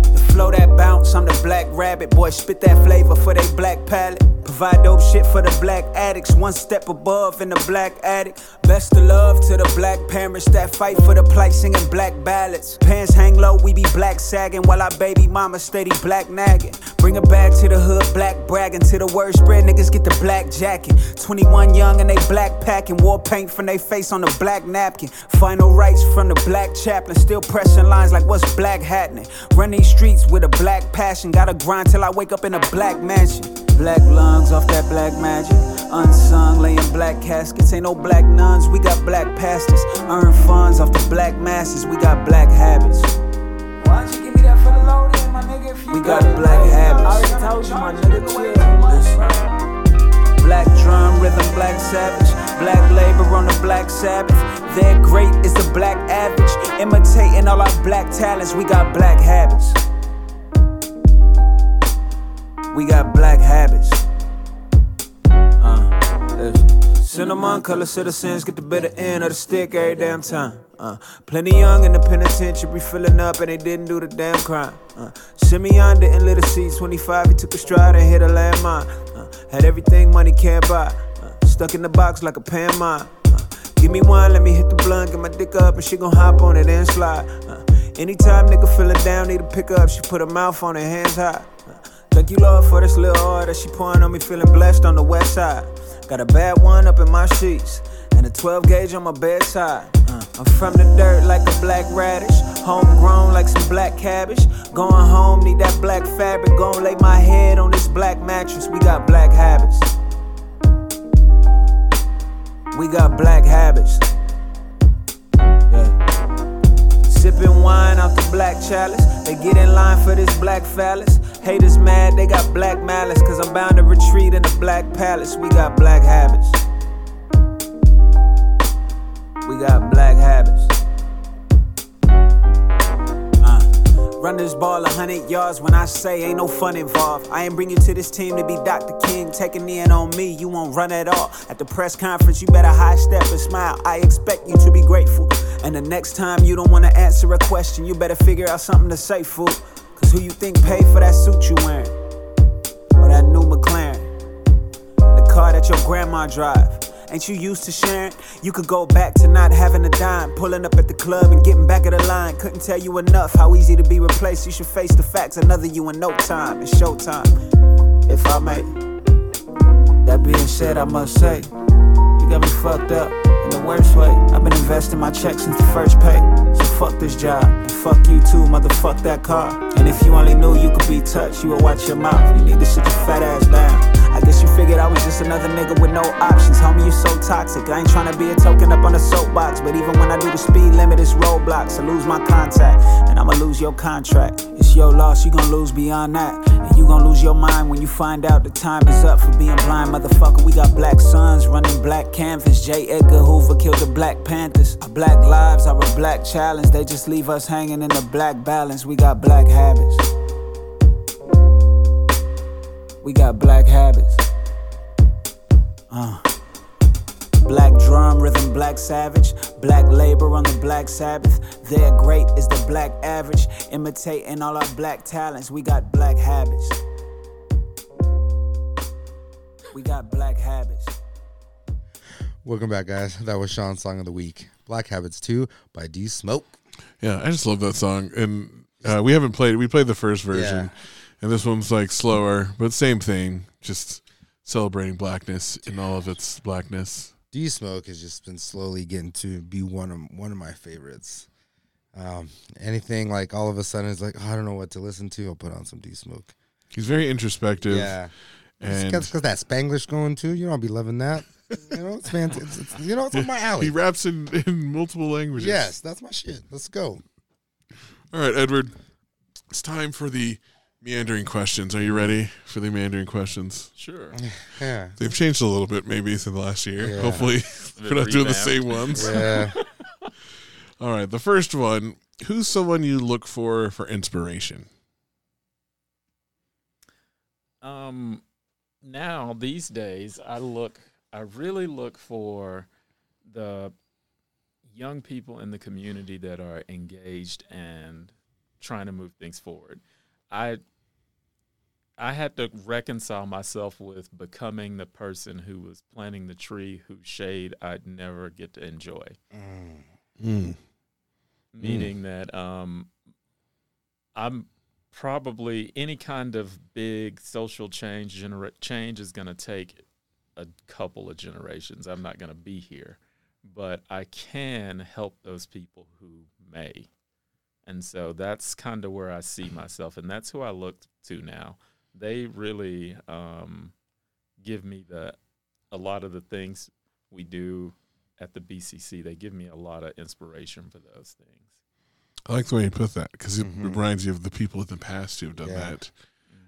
Speaker 9: The flow that bounce, I'm the black rabbit. Boy, spit that flavor for they black palate. Provide dope shit for the black addicts. One step above in the black addict. Best of love to the black parents that fight for the plight, singing black ballads. Pants hang low, we be black sagging while our baby mama steady black nagging. Bring it back to the hood, black bragging. To the word spread, niggas get the black jacket. 21 young and they black packing. War paint from they face on the black napkin. Final rights from the black chaplain. Still pressing lines like what's black happening. Run these streets with a black passion. Gotta grind till I wake up in a black mansion. Black lungs off that black magic. Unsung, laying black caskets. Ain't no black nuns, we got black pastors. Earn funds off the black masses, we got black habits.
Speaker 12: Why don't you give me that for the load in, my nigga? If you
Speaker 9: We got black
Speaker 12: I
Speaker 9: habits.
Speaker 12: already told you, my nigga. Chill.
Speaker 9: Black drum rhythm, black savage. Black labor on the black Sabbath. Their great is the black average. Imitating all our black talents, we got black habits. We got black habits. Uh, listen. Cinnamon color citizens get the bitter end of the stick every damn time. Uh, plenty young in the penitentiary filling up and they didn't do the damn crime. Uh, Simeon didn't live to see 25, he took a stride and hit a landmine. Uh, had everything money can't buy. Uh, stuck in the box like a pan mine. Uh, give me one, let me hit the blunt, get my dick up and she gon' hop on it and slide. Uh, anytime nigga feelin' down, need a pickup, she put her mouth on her hands high. Uh, Thank you, Lord, for this little order. She pouring on me, feeling blessed on the west side. Got a bad one up in my sheets, and a 12 gauge on my bedside. Uh, I'm from the dirt like a black radish, homegrown like some black cabbage. Going home, need that black fabric. Gonna lay my head on this black mattress. We got black habits. We got black habits. Yeah. Sipping wine out the black chalice. They get in line for this black phallus. Haters mad, they got black malice. Cause I'm bound to retreat in the black palace. We got black habits. We got black habits. Uh, Run this ball a hundred yards when I say ain't no fun involved. I ain't bring you to this team to be Dr. King, taking in on me. You won't run at all. At the press conference, you better high step and smile. I expect you to be grateful. And the next time you don't wanna answer a question, you better figure out something to say, fool. Cause who you think paid for that suit you wearing? Or that new McLaren? the car that your grandma drive. Ain't you used to sharing? You could go back to not having a dime, pulling up at the club and getting back of the line. Couldn't tell you enough how easy to be replaced. You should face the facts. Another you in no time. It's showtime. If I may. That being said, I must say, you got me fucked up in the worst way. I've been investing my checks since the first pay. So fuck this job. And fuck you too, motherfuck that car. And if you only knew you could be touched, you would watch your mouth. You need to shut your fat ass down. I guess you figured I was just another nigga with no options. Homie, you so toxic. I ain't tryna be a token up on a soapbox. But even when I do the speed limit, it's roadblocks. I lose my contact, and I'ma lose your contract. It's your loss, you gon' lose beyond that. And you gon' lose your mind when you find out the time is up for being blind, motherfucker. We got black sons running black canvas. J. Edgar Hoover killed the Black Panthers. Our black lives are a black challenge. They just leave us hanging in the black balance. We got black habits. We got black habits. Uh. Black drum rhythm, black savage. Black labor on the black Sabbath. Their great is the black average. Imitating all our black talents. We got black habits. We got black habits.
Speaker 4: Welcome back, guys. That was Sean's song of the week, Black Habits 2 by D Smoke.
Speaker 3: Yeah, I just love that song, and uh, we haven't played. We played the first version,
Speaker 4: Yeah.
Speaker 3: and this one's like slower, but same thing. Just celebrating blackness in all of its blackness.
Speaker 4: D Smoke has just been slowly getting to be one of one of my favorites. Um, anything like all of a sudden it's like "Oh, I don't know what to listen to. I'll put on some D Smoke.
Speaker 3: He's very introspective.
Speaker 4: Yeah,
Speaker 3: And
Speaker 4: because that Spanglish going too. You know, I'll be loving that. You know, it's fantastic. It's, it's, you know, it's on my alley.
Speaker 3: He raps in, in multiple languages.
Speaker 4: Yes, that's my shit. Let's go.
Speaker 3: All right, Edward. It's time for the meandering questions. Are you ready for the meandering questions?
Speaker 5: Sure.
Speaker 4: Yeah.
Speaker 3: They've changed a little bit maybe since last year.
Speaker 4: Yeah.
Speaker 3: Hopefully,
Speaker 5: Been
Speaker 3: we're not doing the
Speaker 5: revamped.
Speaker 3: same ones.
Speaker 4: Yeah.
Speaker 3: All right, the first one. Who's someone you look for for inspiration?
Speaker 5: Um, now these days, I look, I really look for the young people in the community that are engaged and trying to move things forward. I I had to reconcile myself with becoming the person who was planting the tree whose shade I'd never get to enjoy meaning that um, I'm probably any kind of big social change gener- change is going to take a couple of generations. I'm not going to be here, but I can help those people who may. And so that's kind of where I see myself, and that's who I look to now. They really um, give me the a lot of the things we do at the BCC. They give me a lot of inspiration for those things.
Speaker 3: I like the way you put that because it reminds you of the people in the past who have done
Speaker 4: Mm-hmm. Yeah.
Speaker 3: that.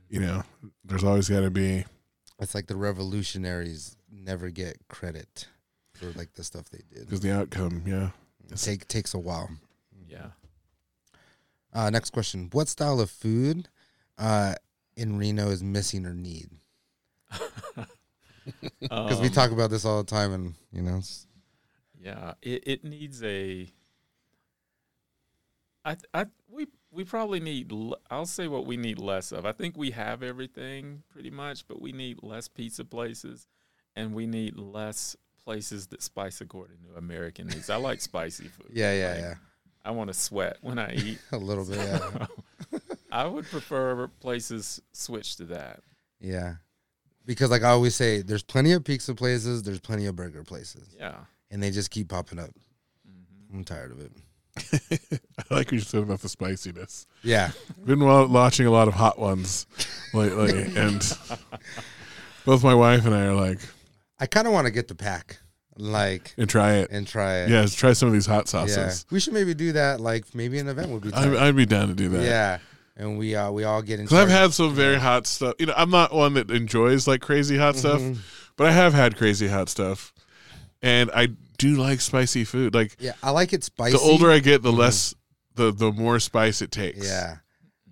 Speaker 3: You know, there's always got to be.
Speaker 4: It's like the revolutionaries never get credit for like the stuff they did.
Speaker 3: Because the outcome, yeah.
Speaker 4: It take, takes a while.
Speaker 5: Yeah.
Speaker 4: Uh, next question: What style of food uh, in Reno is missing or need? Because we
Speaker 5: Um,
Speaker 4: talk about this all the time, and you know, it's,
Speaker 5: Yeah, it, it needs a. I th- I we we probably need. l- I'll say what we need less of. I think we have everything pretty much, but we need less pizza places, and we need less places that spice according to American needs. I like spicy food.
Speaker 4: yeah, yeah,
Speaker 5: Like,
Speaker 4: yeah,
Speaker 5: I want to sweat when I eat.
Speaker 4: a little bit, yeah.
Speaker 5: I would prefer places switch to that.
Speaker 4: yeah. Because like I always say, there's plenty of pizza places, there's plenty of burger places,
Speaker 5: Yeah.
Speaker 4: and they just keep popping up. I'm tired of it.
Speaker 3: I like what you said about the spiciness.
Speaker 4: Yeah,
Speaker 3: Been wa- watching a lot of hot ones lately, and both my wife and I are like,
Speaker 4: I kind of want to get the pack, like,
Speaker 3: and try it.
Speaker 4: and try it.
Speaker 3: Yeah, let's try some of these hot
Speaker 4: yeah.
Speaker 3: sauces.
Speaker 4: We should maybe do that. Like maybe an event would be.
Speaker 3: I'm,
Speaker 4: tight.
Speaker 3: I'd be down to do that.
Speaker 4: Yeah, and we uh, we all get in.
Speaker 3: Because I've
Speaker 4: charge-
Speaker 3: had some very hot stuff. You know, I'm not one that enjoys like crazy hot
Speaker 4: Mm-hmm.
Speaker 3: stuff, but I have had crazy hot stuff, and I do like spicy food. Like
Speaker 4: Yeah, I like it spicy.
Speaker 3: the older I get, the less the the more spice it takes.
Speaker 4: yeah,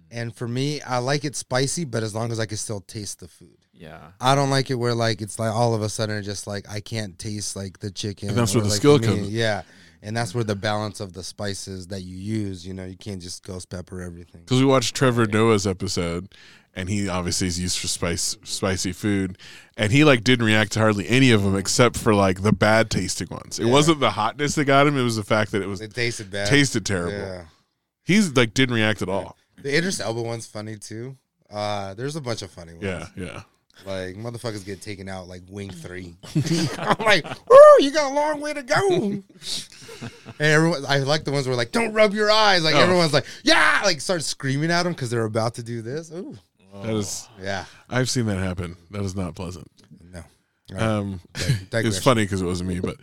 Speaker 4: and for me, I like it spicy, but as long as I can still taste the food.
Speaker 5: Yeah.
Speaker 4: I don't like it where like it's like all of a sudden it's just like I can't taste like the chicken.
Speaker 3: And that's
Speaker 4: or,
Speaker 3: where the
Speaker 4: like,
Speaker 3: skill
Speaker 4: meat.
Speaker 3: comes.
Speaker 4: Yeah, and that's where the balance of the spices that you use. You know, you can't just ghost pepper everything.
Speaker 3: Because we watched Trevor Noah's episode, and he obviously is used for spice spicy food, and he like didn't react to hardly any of them except for like the bad tasting ones. It wasn't the hotness that got him; it was the fact that it was
Speaker 4: It tasted bad.
Speaker 3: tasted terrible.
Speaker 4: Yeah,
Speaker 3: He's like didn't react at all.
Speaker 4: the Idris Elba one's funny too. Uh, there's a bunch of funny ones.
Speaker 3: Yeah, yeah.
Speaker 4: Like motherfuckers get taken out like wing three. I'm like, woo, you got a long way to go. and everyone, I like the ones where like, don't rub your eyes. Like
Speaker 3: Oh.
Speaker 4: everyone's like, yeah, like start screaming at them because they're about to do this. Ooh,
Speaker 3: That is
Speaker 4: yeah,
Speaker 3: I've seen that happen. That is not pleasant.
Speaker 4: no,
Speaker 3: Um, it's
Speaker 4: digression.
Speaker 3: funny because it wasn't me, but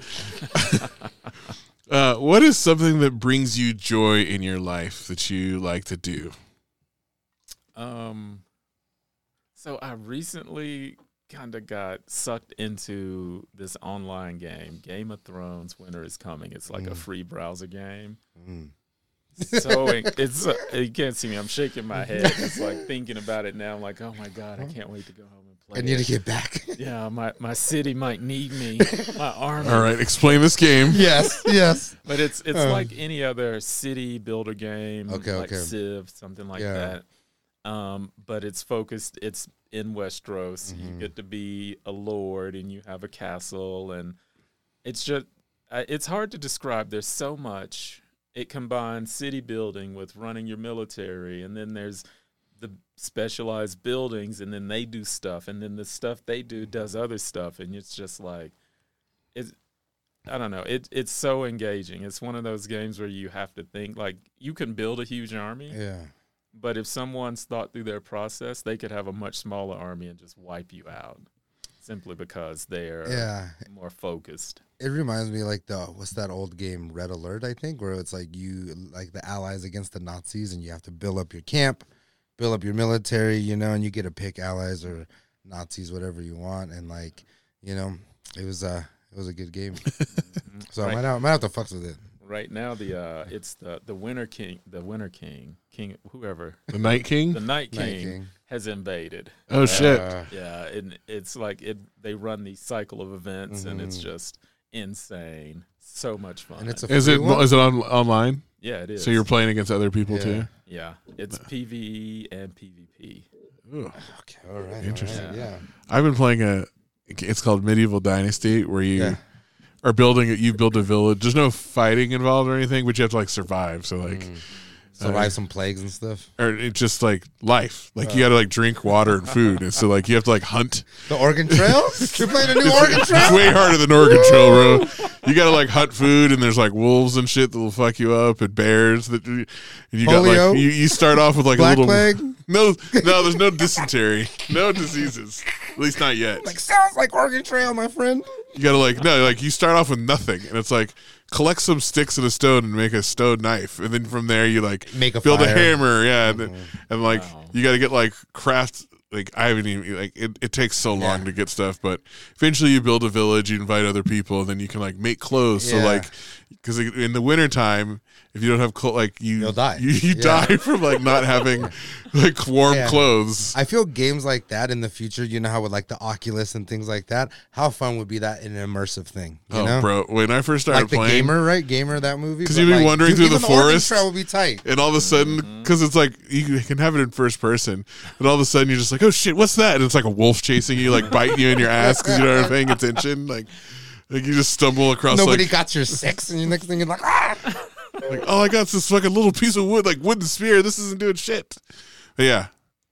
Speaker 3: uh, what is something that brings you joy in your life that you like to do?
Speaker 5: Um, so I recently kind of got sucked into this online game, Game of Thrones. Winter is coming. It's
Speaker 4: Mm.
Speaker 5: like a free browser game. So it- it's uh, you can't see me. I'm shaking my head. It's like thinking about it now. I'm like, oh my god, I can't wait to go home and play.
Speaker 4: I need
Speaker 5: it.
Speaker 4: to get back.
Speaker 5: yeah, my my city might need me. My army.
Speaker 3: All right, explain this game.
Speaker 4: yes, yes.
Speaker 5: But it's it's
Speaker 4: Um,
Speaker 5: like any other city builder game,
Speaker 4: Okay,
Speaker 5: like
Speaker 4: okay.
Speaker 5: Civ, something like
Speaker 4: Yeah.
Speaker 5: that. Um, but it's focused. It's in Westeros.
Speaker 4: Mm-hmm.
Speaker 5: You get to be a lord, and you have a castle, and it's just I- Uh, it's hard to describe. There's so much. It combines city building with running your military, and then there's the specialized buildings, and then they do stuff, and then the stuff they do does other stuff, and it's just like it's I don't know. It it's so engaging. It's one of those games where you have to think like you can build a huge army.
Speaker 4: Yeah.
Speaker 5: But if someone's thought through their process, they could have a much smaller army and just wipe you out simply because they're
Speaker 4: Yeah.
Speaker 5: more focused.
Speaker 4: It reminds me like the what's that old game Red Alert I think where it's like you like the allies against the Nazis and you have to build up your camp, build up your military, you know, and you get to pick allies or Nazis whatever you want and like, you know, it was uh it was a good game. so I
Speaker 5: Right.
Speaker 4: might have, I might have to fuck with it.
Speaker 5: Right now the uh it's the the winter king, the winter king, king whoever.
Speaker 3: The Night King?
Speaker 5: The night king,
Speaker 3: Night King.
Speaker 5: has invaded.
Speaker 3: Oh, shit.
Speaker 5: Yeah, and it's like it they run the cycle of events and
Speaker 3: Mm-hmm.
Speaker 5: it's just insane. So much fun.
Speaker 3: is it is it on online?
Speaker 5: Yeah, it is.
Speaker 3: So you're playing against other people too.
Speaker 5: Yeah, it's PVE and PvP.
Speaker 4: Okay, all right.
Speaker 3: Interesting.
Speaker 4: yeah.
Speaker 3: I've been playing a. It's called Medieval Dynasty, where you are building. it. You build a village. There's no fighting involved or anything, but you have to like survive. So like.
Speaker 4: Survive some plagues and stuff.
Speaker 3: Or it's just like life. Like you got to like drink water and food, and so like you have to like hunt.
Speaker 4: The Oregon Trail? You're playing a new
Speaker 3: It's-
Speaker 4: Oregon Trail?
Speaker 3: It's way harder than Oregon Trail, bro. You gotta like hunt food, and there's like wolves and shit that will fuck you up, and bears that. And you got
Speaker 4: Polio?
Speaker 3: like you, you start off with like
Speaker 4: Black
Speaker 3: a little
Speaker 4: plague?
Speaker 3: No, no, there's no dysentery, no diseases, at least not yet.
Speaker 4: Like sounds like Oregon Trail, my friend.
Speaker 3: You gotta like no, like you start off with nothing, and it's like collect some sticks and a stone and make a stone knife, and then from there you like
Speaker 4: Make a
Speaker 3: build a
Speaker 4: fire.
Speaker 3: hammer, yeah, and, and like you got to get like craft. Like I haven't even like it. It takes so long to get stuff, but eventually you build a village, you invite other people, and then you can like make clothes.
Speaker 4: Yeah.
Speaker 3: So like, because in the wintertime, if you don't have clo- like you
Speaker 4: You'll die.
Speaker 3: you, you
Speaker 4: Yeah.
Speaker 3: die from like not having like warm
Speaker 4: Yeah.
Speaker 3: clothes.
Speaker 4: I feel games like that in the future, you know how with like the Oculus and things like that, how fun would be that in an immersive thing? You
Speaker 3: oh,
Speaker 4: know?
Speaker 3: bro! When I first started
Speaker 4: Like the
Speaker 3: playing,
Speaker 4: gamer, right? Gamer that movie.
Speaker 3: Because
Speaker 4: but,
Speaker 3: you'd be
Speaker 4: like,
Speaker 3: wandering
Speaker 4: dude,
Speaker 3: through the
Speaker 4: even Oregon
Speaker 3: forest.
Speaker 4: Trail would be tight.
Speaker 3: And all of a sudden, because it's like you can have it in first person, and all of a sudden you're just like, oh shit, what's that? And it's like a wolf chasing you, like biting you in your ass because you are not paying attention. Like, like you just stumble across
Speaker 4: Nobody
Speaker 3: like,
Speaker 4: got your six, and the next thing you're like, ah!
Speaker 3: like, all I got's this fucking little piece of wood, like wooden spear. This isn't doing shit. But yeah.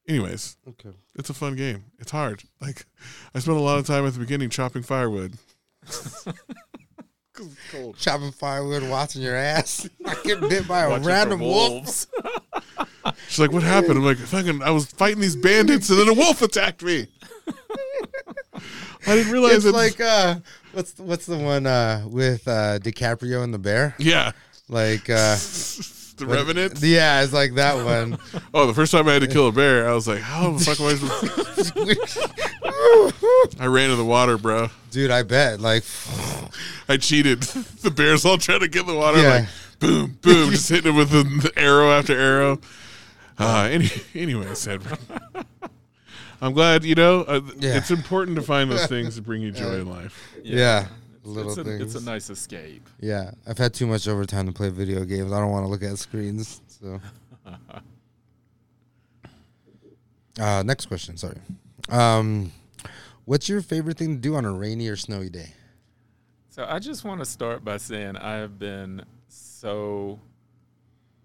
Speaker 3: Anyways,
Speaker 4: Okay.
Speaker 3: it's a fun game. It's hard. Like, I spent a lot of time at the beginning chopping firewood.
Speaker 4: chopping firewood, watching your ass. I get bit by a random wolf.
Speaker 3: She's like, "What happened?" I'm like, "Fucking, I was fighting these bandits, and then a wolf attacked me." I didn't realize
Speaker 4: It's like uh, what's what's the one uh with uh DiCaprio and the bear?
Speaker 3: yeah,
Speaker 4: Like uh,
Speaker 3: the
Speaker 4: what-
Speaker 3: revenant.
Speaker 4: Yeah, it's like that one.
Speaker 3: Oh, the first time I had to kill a bear, I was like, "How the fuck am I?" supposed to-" I ran to the water, bro.
Speaker 4: Dude, I bet. Like,
Speaker 3: I cheated. The bear's all trying to get in the water,
Speaker 4: Yeah.
Speaker 3: like boom, boom, just hitting him with the arrow after arrow. Uh, any, anyways, Edward. I'm glad you know. Uh,
Speaker 4: Yeah.
Speaker 3: It's important to find those things that bring you joy in life.
Speaker 4: yeah,
Speaker 5: It's
Speaker 4: little
Speaker 5: a,
Speaker 4: things.
Speaker 5: it's a nice escape.
Speaker 4: Yeah, I've had too much overtime to play video games. I don't want to look at screens. So, uh, next question. Sorry. Um, what's your favorite thing to do on a rainy or snowy day?
Speaker 5: So I just want to start by saying I have been so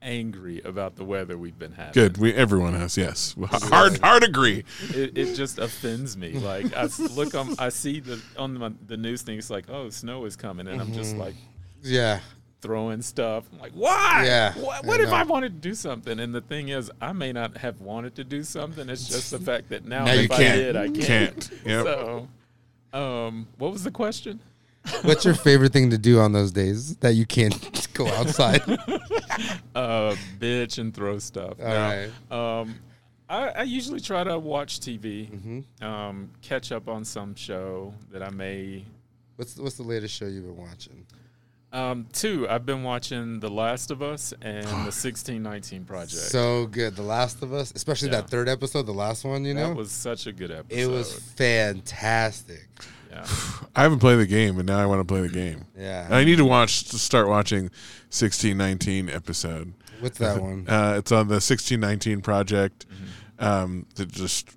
Speaker 5: angry about the weather we've been having.
Speaker 3: Good. We everyone has yes. Hard hard agree.
Speaker 5: It, it just offends me. Like I s- look on, I see the on my, the news thing. It's like, oh, snow is coming, and I'm
Speaker 3: Mm-hmm.
Speaker 5: just like
Speaker 4: Yeah,
Speaker 5: throwing stuff. I'm like, why?
Speaker 4: Yeah,
Speaker 5: What,
Speaker 4: I
Speaker 5: what if
Speaker 4: know.
Speaker 5: I wanted to do something? And the thing is, I may not have wanted to do something. It's just the fact that now,
Speaker 3: Now
Speaker 5: if
Speaker 3: you
Speaker 5: I
Speaker 3: can't.
Speaker 5: did, I can't.
Speaker 3: Can't. Yep.
Speaker 5: So, um, what was the question?
Speaker 4: what's your favorite thing to do on those days that you can't go outside?
Speaker 5: uh, bitch and throw stuff.
Speaker 3: Uh,
Speaker 4: All
Speaker 5: No. Um, I, I usually try to watch TV,
Speaker 3: Mm-hmm.
Speaker 5: um, catch up on some show that I may.
Speaker 4: what's what's the latest show you've been watching?
Speaker 5: Um, two, I've been watching The Last of Us and The 1619 Project.
Speaker 4: So good, The Last of Us, especially
Speaker 5: Yeah.
Speaker 4: that third episode, the last one. You
Speaker 5: that
Speaker 4: know,
Speaker 5: was such a good episode.
Speaker 4: it was fantastic.
Speaker 5: Yeah.
Speaker 3: I haven't played the game, and now I want to play the game.
Speaker 4: Yeah.
Speaker 3: I need to watch to start watching sixteen nineteen episode.
Speaker 4: What's that one?
Speaker 3: Uh, it's on the sixteen nineteen project.
Speaker 4: Mm-hmm.
Speaker 3: Um, that just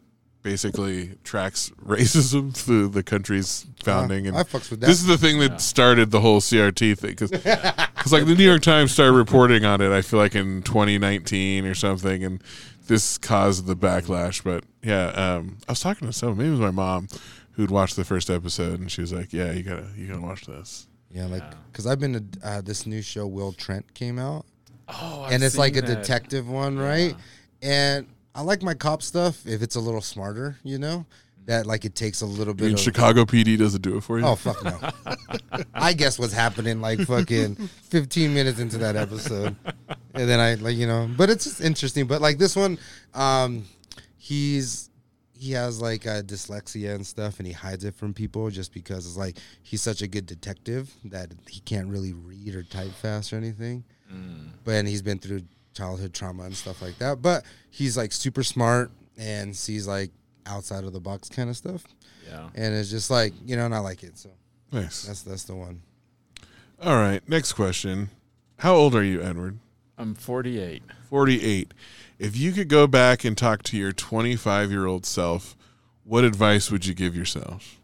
Speaker 3: basically tracks racism through the country's founding. and
Speaker 4: I fucks with that.
Speaker 3: This is the thing that started the whole CRT thing because like the New York Times started reporting on it. I feel like in 2019 or something, and this caused the backlash. But yeah, um, I was talking to someone. Maybe it was my mom who'd watched the first episode, and she was like, "Yeah, you gotta you gotta watch this."
Speaker 4: Yeah, like because I've been to uh, this new show. Will Trent came out.
Speaker 5: Oh, I've
Speaker 4: and it's like
Speaker 5: seen
Speaker 4: a
Speaker 5: that.
Speaker 4: detective one, right? And I like my cop stuff if it's a little smarter, you know. That like it takes a little bit.
Speaker 3: Dude,
Speaker 4: of,
Speaker 3: Chicago PD doesn't do it for you.
Speaker 4: Oh fuck no! I guess what's happening like fucking 15 minutes into that episode, and then I like you know, but it's just interesting. But like this one, um, he's he has like uh, dyslexia and stuff, and he hides it from people just because it's like he's such a good detective that he can't really read or type fast or anything. But and he's been through childhood trauma and stuff like that. But he's like super smart and sees like outside of the box kind of stuff.
Speaker 5: Yeah.
Speaker 4: And it's just like, you know, and I like it. So
Speaker 3: Nice.
Speaker 4: That's that's the one.
Speaker 3: All right, next question. How old are you, Edward?
Speaker 5: I'm 48.
Speaker 3: 48. If you could go back and talk to your 25 year old self, what advice would you give yourself?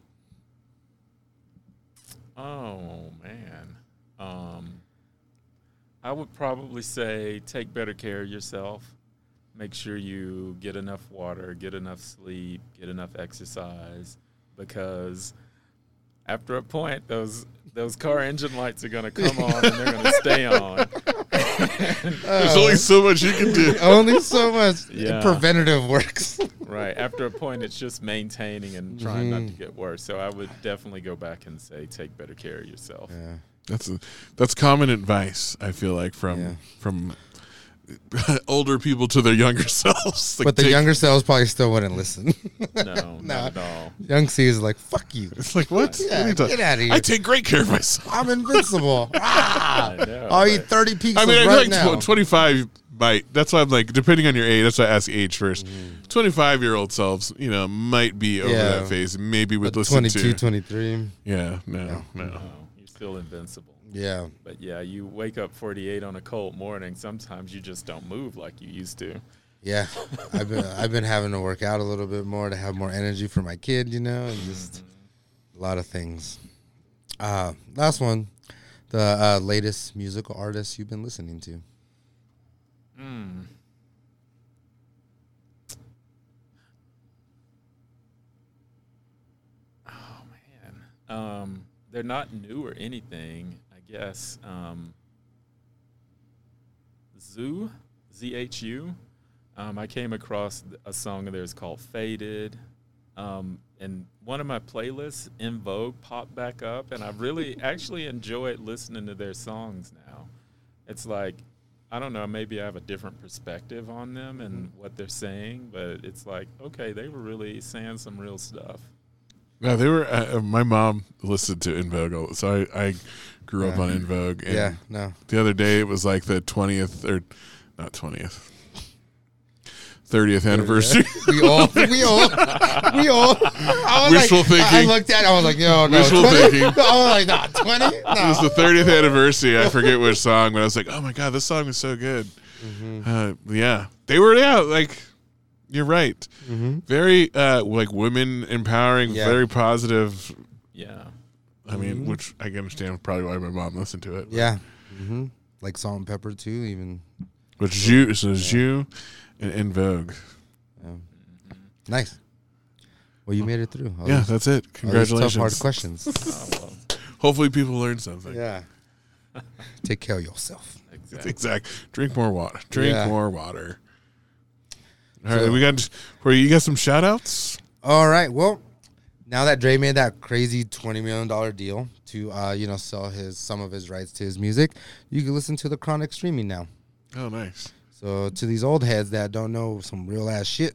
Speaker 5: Oh man. Um, I would probably say take better care of yourself. Make sure you get enough water, get enough sleep, get enough exercise, because after a point, those those car engine lights are going to come on and they're going to stay on.
Speaker 3: There's only so much you can do.
Speaker 4: Only so much
Speaker 5: Yeah.
Speaker 4: preventative works.
Speaker 5: right after a point it's just maintaining and trying not to get worse so i would definitely go back and say take better care of yourself
Speaker 4: yeah
Speaker 3: That's a, that's common advice. I feel like from
Speaker 4: Yeah.
Speaker 3: from older people to their younger selves. Like,
Speaker 4: but the
Speaker 3: take-
Speaker 4: younger selves probably still wouldn't listen.
Speaker 5: no not at all
Speaker 4: Young C is like, fuck you.
Speaker 3: It's like what?
Speaker 4: Yeah,
Speaker 3: What are you talking-
Speaker 4: get outta here.
Speaker 3: I take great care of myself.
Speaker 4: I'm invincible. ah,
Speaker 5: I know,
Speaker 4: I'll eat
Speaker 5: right?
Speaker 4: 30 pieces
Speaker 3: I mean, I feel like
Speaker 4: right now.
Speaker 3: tw- 25 might. That's why I'm like, depending on your age, that's why I ask age first. 25 year old selves, you know, might be over
Speaker 4: Mm. Yeah.
Speaker 3: that phase. Maybe would
Speaker 4: But
Speaker 3: listen
Speaker 4: 22,
Speaker 3: to.
Speaker 4: 23.
Speaker 3: yeah, no, no.
Speaker 5: No, you're still invincible
Speaker 4: Yeah.
Speaker 5: but yeah you wake up 48 on a cold morning sometimes you just don't move like you used to
Speaker 4: Yeah. I've been I've been having to work out a little bit more to have more energy for my kid, you know, and just a lot of things. Uh, last one. The uh, latest musical artist you've been listening to.
Speaker 5: um, they're not new or anything i guess um, zoo zhu um, i came across th- a song of theirs called faded um, and one of my playlists in vogue popped back up and i really actually enjoyed listening to their songs now it's like i don't know maybe i have a different perspective on them and what they're saying but it's like okay they were really saying some real stuff
Speaker 3: No, they were. Uh, uh, my mom listened to In Vogue, all- so I, I grew up on In Vogue. And
Speaker 4: Yeah, no.
Speaker 3: The other day, it was like the twentieth or not twentieth, thirtieth anniversary.
Speaker 4: We all, we all, we all. I was
Speaker 3: Wishful
Speaker 4: like,
Speaker 3: thinking.
Speaker 4: I I looked at. it, I was like, yo, no,
Speaker 3: Wishful
Speaker 4: 20?
Speaker 3: thinking.
Speaker 4: I was like, nah, twenty.
Speaker 3: it was
Speaker 4: No.
Speaker 3: the thirtieth anniversary. I forget which song, but I was like, oh my god, this song is so good.
Speaker 4: Mm-hmm.
Speaker 3: Uh, yeah, they were. Yeah, like you're right. Very uh, like women empowering.
Speaker 4: Mm-hmm. Yeah. Mm-hmm.
Speaker 3: Very positive.
Speaker 5: yeah
Speaker 3: I mean, which I can understand probably why my mom listened to it.
Speaker 4: Yeah. hmm Like salt and pepper too. Even
Speaker 3: But Ju, so Ju, and In Vogue.
Speaker 4: nice. Well, you made it through. All
Speaker 3: Yeah,
Speaker 4: these-
Speaker 3: that's it.
Speaker 4: all these Tough, hard
Speaker 3: Congratulations.
Speaker 4: questions.
Speaker 3: Hopefully, people learn something.
Speaker 4: yeah. Take care of yourself.
Speaker 3: That's exact. Drink more water. Drink
Speaker 4: Yeah.
Speaker 3: more water. All right,
Speaker 4: So-
Speaker 3: we got. Where you got some shout outs?
Speaker 4: All right. Well, now that Dre made that crazy twenty million dollar deal to uh, you know sell his some of his rights to his music, you can listen to the Chronic streaming now.
Speaker 3: Oh, nice.
Speaker 4: So to these old heads that don't know some real ass shit,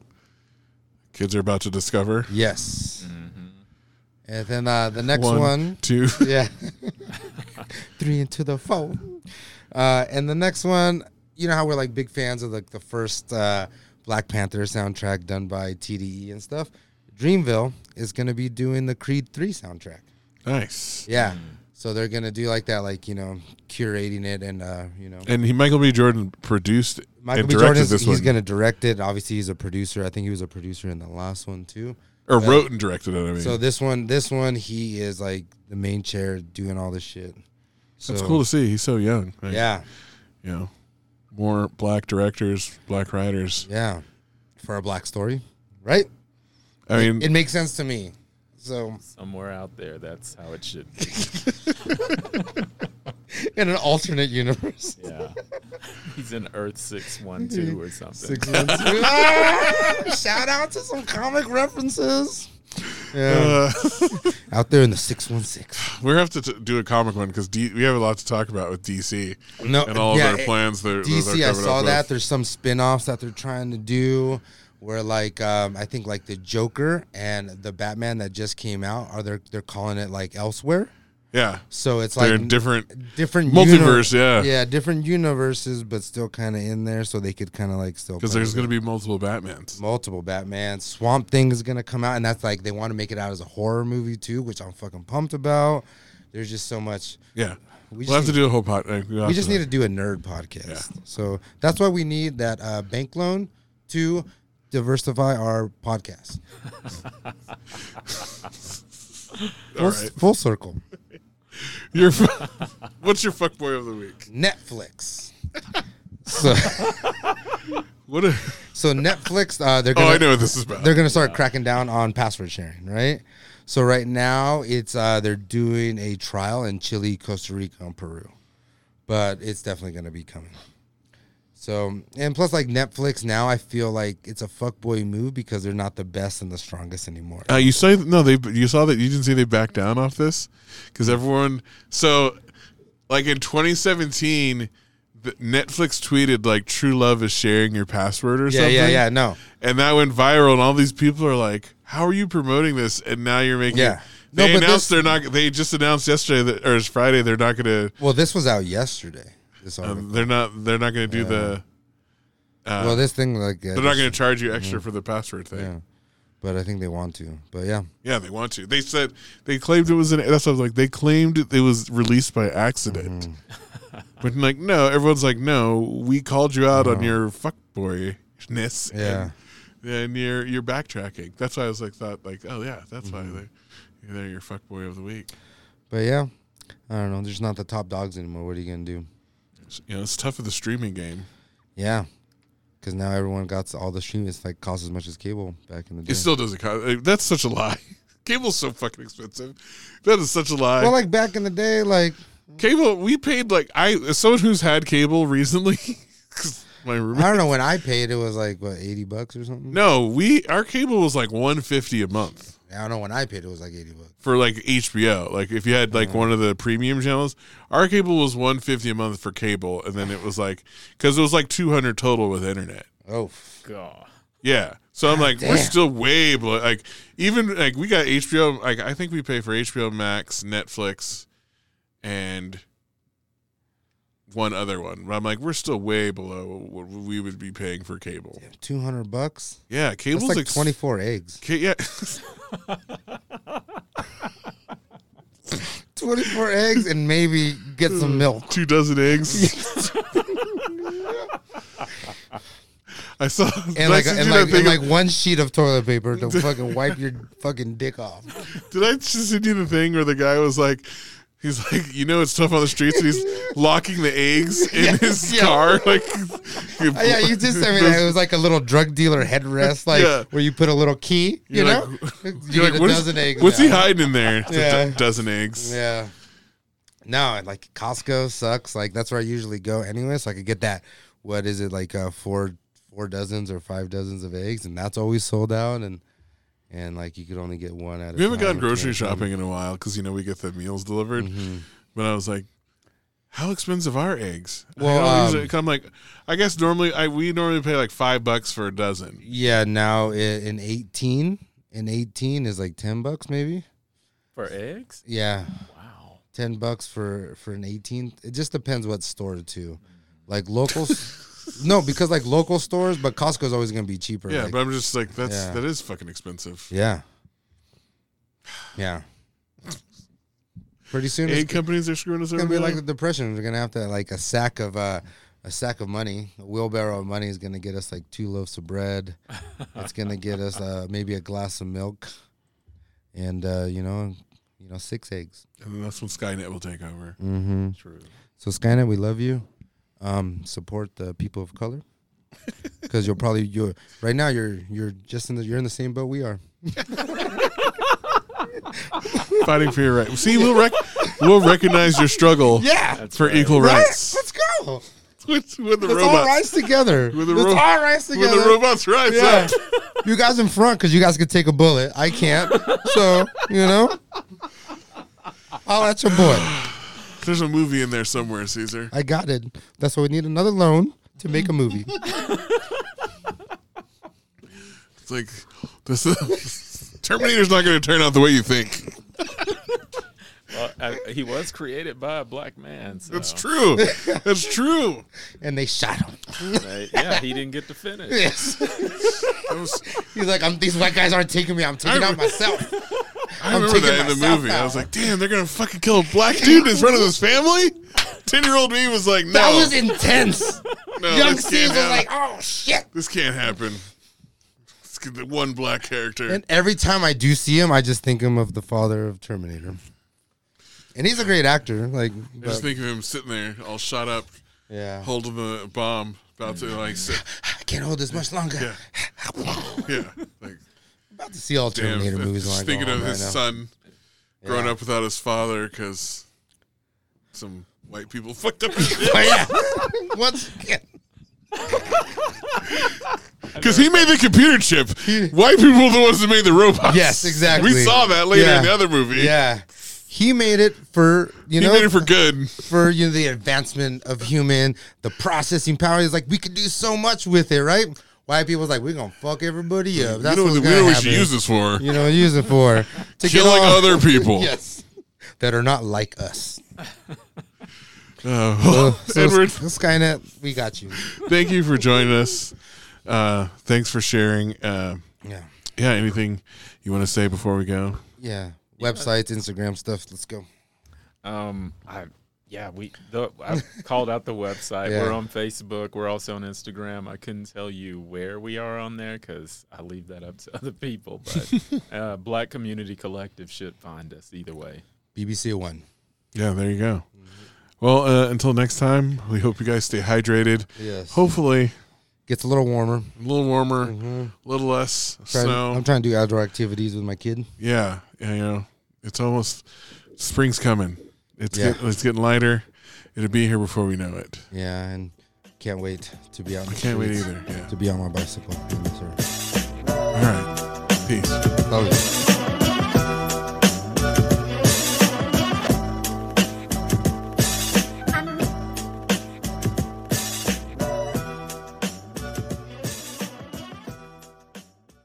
Speaker 3: Kids are about to discover.
Speaker 4: yes. And then uh, the next
Speaker 3: Mm-hmm. One,
Speaker 4: one,
Speaker 3: two.
Speaker 4: yeah, three into the four. Uh, and the next one, you know how we're like big fans of like the first uh, Black Panther soundtrack done by TDE and stuff. Dreamville is going to be doing the Creed three soundtrack.
Speaker 3: Nice.
Speaker 4: Yeah. So they're gonna do like that, like you know, curating it and uh, you know,
Speaker 3: And he, Michael B. Jordan produced
Speaker 4: Michael
Speaker 3: and
Speaker 4: B.
Speaker 3: directed
Speaker 4: Jordan.
Speaker 3: this
Speaker 4: He's
Speaker 3: one,
Speaker 4: gonna direct it. Obviously, he's a producer. I think he was a producer in the last one too.
Speaker 3: or wrote and directed it. I mean,
Speaker 4: So this one, this one, he is like the main chair doing all this shit. So,
Speaker 3: that's cool to see. He's so young. Like,
Speaker 4: Yeah,
Speaker 3: You know, more black directors, black writers.
Speaker 4: yeah, for a black story, right?
Speaker 3: I mean,
Speaker 4: It makes sense to me. So
Speaker 5: somewhere out there, that's how it should be.
Speaker 4: in an alternate universe.
Speaker 5: Yeah. He's in Earth 612 or something.
Speaker 4: Six months. Ah! Shout out to some comic references.
Speaker 3: Yeah.
Speaker 4: Out there in the 616.
Speaker 3: We're gonna have to t- do a comic one because D- we have a lot to talk about with DC.
Speaker 4: No,
Speaker 3: and all
Speaker 4: yeah,
Speaker 3: of their plans. They're,
Speaker 4: DC,
Speaker 3: they're
Speaker 4: I
Speaker 3: covered
Speaker 4: saw
Speaker 3: up
Speaker 4: that.
Speaker 3: With.
Speaker 4: There's some spin-offs that they're trying to do where like um, I think like the Joker and the Batman that just came out are they're they're calling it like elsewhere.
Speaker 3: Yeah.
Speaker 4: So it's
Speaker 3: They're
Speaker 4: like
Speaker 3: in different-
Speaker 4: different
Speaker 3: multiverse, yeah.
Speaker 4: Yeah, different universes but still kind of in there so they could kind of like still
Speaker 3: Because
Speaker 4: play
Speaker 3: there's
Speaker 4: with
Speaker 3: gonna be multiple Batmans.
Speaker 4: it. multiple Batman. Swamp Thing is going to come out and that's like they want to make it out as a horror movie too, which I'm fucking pumped about. There's just so much
Speaker 3: Yeah.
Speaker 4: We
Speaker 3: We
Speaker 4: just
Speaker 3: will have to
Speaker 4: need-
Speaker 3: do a whole pot. uh, we'll
Speaker 4: we
Speaker 3: have
Speaker 4: just need to do a nerd podcast. So that's why we need that uh, bank loan to diversify our podcast.
Speaker 3: All
Speaker 4: full,
Speaker 3: right.
Speaker 4: full circle.
Speaker 3: Your f- what's your fuckboy of the week?
Speaker 4: Netflix. So,
Speaker 3: What? A-
Speaker 4: so Netflix, uh, they're
Speaker 3: Oh,
Speaker 4: gonna,
Speaker 3: I know what this is about.
Speaker 4: They're gonna start cracking down on password sharing, right? So right now, it's uh, they're doing a trial in Chile, Costa Rica, and Peru, but it's definitely gonna be coming. So and plus, like Netflix now, I feel like it's a fuckboy move because they're not the best and the strongest anymore.
Speaker 3: Uh, you say no. They you saw that you didn't see they backed down off this because everyone. So, like in 2017, the, Netflix tweeted like "True love is sharing your password" or
Speaker 4: Yeah,
Speaker 3: something.
Speaker 4: yeah, yeah, no.
Speaker 3: And that went viral, and all these people are like, "How are you promoting this?" And now you're making.
Speaker 4: Yeah. No,
Speaker 3: They
Speaker 4: but
Speaker 3: announced
Speaker 4: this-
Speaker 3: they're not. They just announced yesterday that or it's Friday they're not going to.
Speaker 4: Well, this was out yesterday. This article.
Speaker 3: Um, they're not. They're not going to do the. Uh,
Speaker 4: well, this thing like uh,
Speaker 3: they're not going to charge you extra for the password thing.
Speaker 4: Yeah. But I think they want to. But yeah.
Speaker 3: Yeah, they want to. They said they claimed it was an. That's what I was like. They claimed it was released by accident,
Speaker 4: Mm.
Speaker 3: but like no, everyone's like no. We called you out on your fuckboyness.
Speaker 4: Yeah.
Speaker 3: and, and you're you're backtracking. That's why I was like thought like oh yeah, that's
Speaker 4: Mm-hmm.
Speaker 3: why they they're your fuckboy of the week.
Speaker 4: But yeah. I don't know. There's not the top dogs anymore. What are you gonna do?
Speaker 3: It's, you know, it's tough with the streaming game.
Speaker 4: Yeah. Because now everyone got all the stream. It's like cost as much as cable back in the day.
Speaker 3: It still doesn't. co- like, That's such a lie. Cable's so fucking expensive. That is such a lie.
Speaker 4: well, like back in the day, like
Speaker 3: cable, we paid like I as someone who's had cable recently. 'cause my
Speaker 4: I
Speaker 3: roommate.
Speaker 4: don't know when I paid, it was like what eighty bucks or something.
Speaker 3: No, we our cable was like one fifty a month
Speaker 4: I don't know when I paid, it was like eighty bucks.
Speaker 3: for like HBO. Like if you had
Speaker 4: Mm.
Speaker 3: like one of the premium channels, our cable was one fifty a month for cable, and then it was like because it was like two hundred total with internet.
Speaker 4: Oh, f-
Speaker 5: God.
Speaker 3: Yeah, so I'm like we're
Speaker 4: damn.
Speaker 3: still way below. Like even like we got HBO. Like I think we pay for HBO Max, Netflix, and one other one. But I'm like we're still way below what we would be paying for cable.
Speaker 4: two hundred bucks.
Speaker 3: Yeah,
Speaker 4: That's
Speaker 3: cable's
Speaker 4: like
Speaker 3: ex-
Speaker 4: twenty four eggs.
Speaker 3: Ca- yeah.
Speaker 4: Twenty four eggs and maybe get some milk.
Speaker 3: two dozen eggs. I saw
Speaker 4: And like,
Speaker 3: I sent
Speaker 4: and,
Speaker 3: you
Speaker 4: like,
Speaker 3: that thing
Speaker 4: and like
Speaker 3: of-
Speaker 4: one sheet of toilet paper to fucking wipe your fucking dick off.
Speaker 3: did I just send you the thing where the guy was like he's like you know it's tough on the streets and he's locking the eggs in his
Speaker 4: yeah.
Speaker 3: car like
Speaker 4: Oh, yeah, you just I mean it was like a little drug dealer headrest, like
Speaker 3: Yeah.
Speaker 4: where you put a little key, you
Speaker 3: You're
Speaker 4: know?
Speaker 3: like-
Speaker 4: You
Speaker 3: You're
Speaker 4: get
Speaker 3: like,
Speaker 4: a
Speaker 3: what is-
Speaker 4: dozen eggs.
Speaker 3: what's he
Speaker 4: now.
Speaker 3: hiding in there It's a do-
Speaker 4: Yeah.
Speaker 3: dozen eggs
Speaker 4: Yeah. No, like Costco sucks. Like that's where I usually go anyway, so I could get that. What is it like? Uh, four four dozens or five dozens of eggs, and that's always sold out. And and like you could only get one at. a
Speaker 3: we haven't
Speaker 4: time
Speaker 3: gone
Speaker 4: or
Speaker 3: grocery
Speaker 4: two at a time.
Speaker 3: shopping in a while because you know we get the meals delivered
Speaker 4: Mm-hmm.
Speaker 3: but I was like how expensive are eggs
Speaker 4: Well,
Speaker 3: I
Speaker 4: um,
Speaker 3: am like I guess normally I we normally pay like five bucks for a dozen
Speaker 4: Yeah, now i- in eighteen, in eighteen is like ten bucks maybe.
Speaker 5: For eggs?
Speaker 4: Yeah,
Speaker 5: Wow.
Speaker 4: ten bucks for for an eighteen. It just depends what store to. Like locals, no, because like local stores, but Costco's always gonna be cheaper.
Speaker 3: Yeah,
Speaker 4: like-
Speaker 3: but I'm just like that's
Speaker 4: Yeah.
Speaker 3: that is fucking expensive.
Speaker 4: Yeah. Yeah. Pretty soon
Speaker 3: Egg
Speaker 4: it's
Speaker 3: companies are screwing us over.
Speaker 4: gonna be like
Speaker 3: now.
Speaker 4: the depression. We're gonna have to like a sack of uh, a sack of money, a wheelbarrow of money is gonna get us like two loaves of bread. it's gonna get us uh, maybe a glass of milk, and uh, you know, you know, six eggs.
Speaker 3: and then that's when Skynet will take over.
Speaker 4: Mm.
Speaker 5: True.
Speaker 4: So Skynet, we love you. Um, support the people of color because you'll probably you are right now you're you're just in the you're in the same boat we are.
Speaker 3: Fighting for your right. See, we'll rec- we'll recognize your struggle.
Speaker 4: Yeah.
Speaker 3: for equal
Speaker 4: Right?
Speaker 3: rights.
Speaker 4: Let's go.
Speaker 3: With, with the
Speaker 4: Let's all
Speaker 3: robots.
Speaker 4: rise together.
Speaker 3: With the
Speaker 4: Let's
Speaker 3: ro-
Speaker 4: all rise
Speaker 3: with
Speaker 4: together.
Speaker 3: the robots rise
Speaker 4: Yeah. you guys in front because you guys can take a bullet. I can't. So, you know, I'll at your boy.
Speaker 3: There's a movie in there somewhere, Caesar.
Speaker 4: I got it. That's why we need another loan to make a movie.
Speaker 3: It's like this is, Terminator's not going to turn out the way you think.
Speaker 5: Well, I, he was created by a black man. So.
Speaker 3: That's true. That's true.
Speaker 4: And they shot him.
Speaker 5: Right. yeah, he didn't get to finish.
Speaker 4: Yes. He's like, I'm, these white guys aren't taking me. I'm taking out myself.
Speaker 3: I
Speaker 4: I'm
Speaker 3: remember
Speaker 4: taking
Speaker 3: that in the
Speaker 4: myself
Speaker 3: movie. I
Speaker 4: out.
Speaker 3: was like, damn, they're going to fucking kill a black dude in front of his family? 10 year old me was like, no.
Speaker 4: That was intense.
Speaker 3: No,
Speaker 4: Young
Speaker 3: this
Speaker 4: Caesar's
Speaker 3: can't happen.
Speaker 4: like, oh, shit.
Speaker 3: This can't happen. Let's get the one black character.
Speaker 4: And every time I do see him, I just think him of the father of Terminator. And he's a great actor. Like,
Speaker 3: I just
Speaker 4: but-
Speaker 3: think of him sitting there, all shot up,
Speaker 4: Yeah.
Speaker 3: holding the bomb, about to like, sit.
Speaker 4: I can't hold this much longer.
Speaker 3: yeah, yeah, like
Speaker 4: About to see all
Speaker 3: damn.
Speaker 4: Terminator movies.
Speaker 3: just
Speaker 4: when I go
Speaker 3: thinking of
Speaker 4: home
Speaker 3: his
Speaker 4: right now.
Speaker 3: son growing
Speaker 4: Yeah.
Speaker 3: up without his father because some white people fucked up his
Speaker 4: Oh, yeah. Once again.
Speaker 3: because he made the computer chip. White people were the ones that made the robots.
Speaker 4: Yes, exactly.
Speaker 3: We saw that later
Speaker 4: Yeah.
Speaker 3: in the other movie.
Speaker 4: Yeah. He made it for you
Speaker 3: he
Speaker 4: know
Speaker 3: made it for good.
Speaker 4: for you know, the advancement of human, the processing power. He's like, we could do so much with it, right? White people's like, we're gonna fuck everybody up. That's
Speaker 3: you know
Speaker 4: what's
Speaker 3: what we
Speaker 4: gonna
Speaker 3: always
Speaker 4: happen.
Speaker 3: use this for?
Speaker 4: You know, use it for to get
Speaker 3: Killing
Speaker 4: all-
Speaker 3: other people.
Speaker 4: yes, that are not like us. Oh,
Speaker 3: Uh,
Speaker 4: So
Speaker 3: Edward.
Speaker 4: Skynet, we got you.
Speaker 3: thank you for joining us. Uh, thanks for sharing. Uh,
Speaker 4: Yeah,
Speaker 3: yeah, anything you want to say before we go?
Speaker 4: yeah. Websites, Instagram stuff. Let's go.
Speaker 5: Um, I yeah, we the I called out the website.
Speaker 4: Yeah.
Speaker 5: We're on Facebook. We're also on Instagram. I couldn't tell you where we are on there because I leave that up to other people. But uh, Black Community Collective should find us either way.
Speaker 4: BBC One.
Speaker 3: Yeah, there you go. Well, uh, until next time, we hope you guys stay hydrated.
Speaker 4: Yes.
Speaker 3: Hopefully,
Speaker 4: Gets a little warmer.
Speaker 3: a little warmer, a little less
Speaker 4: Trying-
Speaker 3: snow.
Speaker 4: I'm trying Mm-hmm. to do outdoor activities with my kid.
Speaker 3: yeah, yeah, you know, it's almost spring's coming. It's
Speaker 4: Yeah.
Speaker 3: get, it's getting lighter. It'll be here before we know it.
Speaker 4: Yeah, and can't wait to be out. I
Speaker 3: Can't wait either. Yeah.
Speaker 4: To be on my bicycle. Yes, sir.
Speaker 3: All right.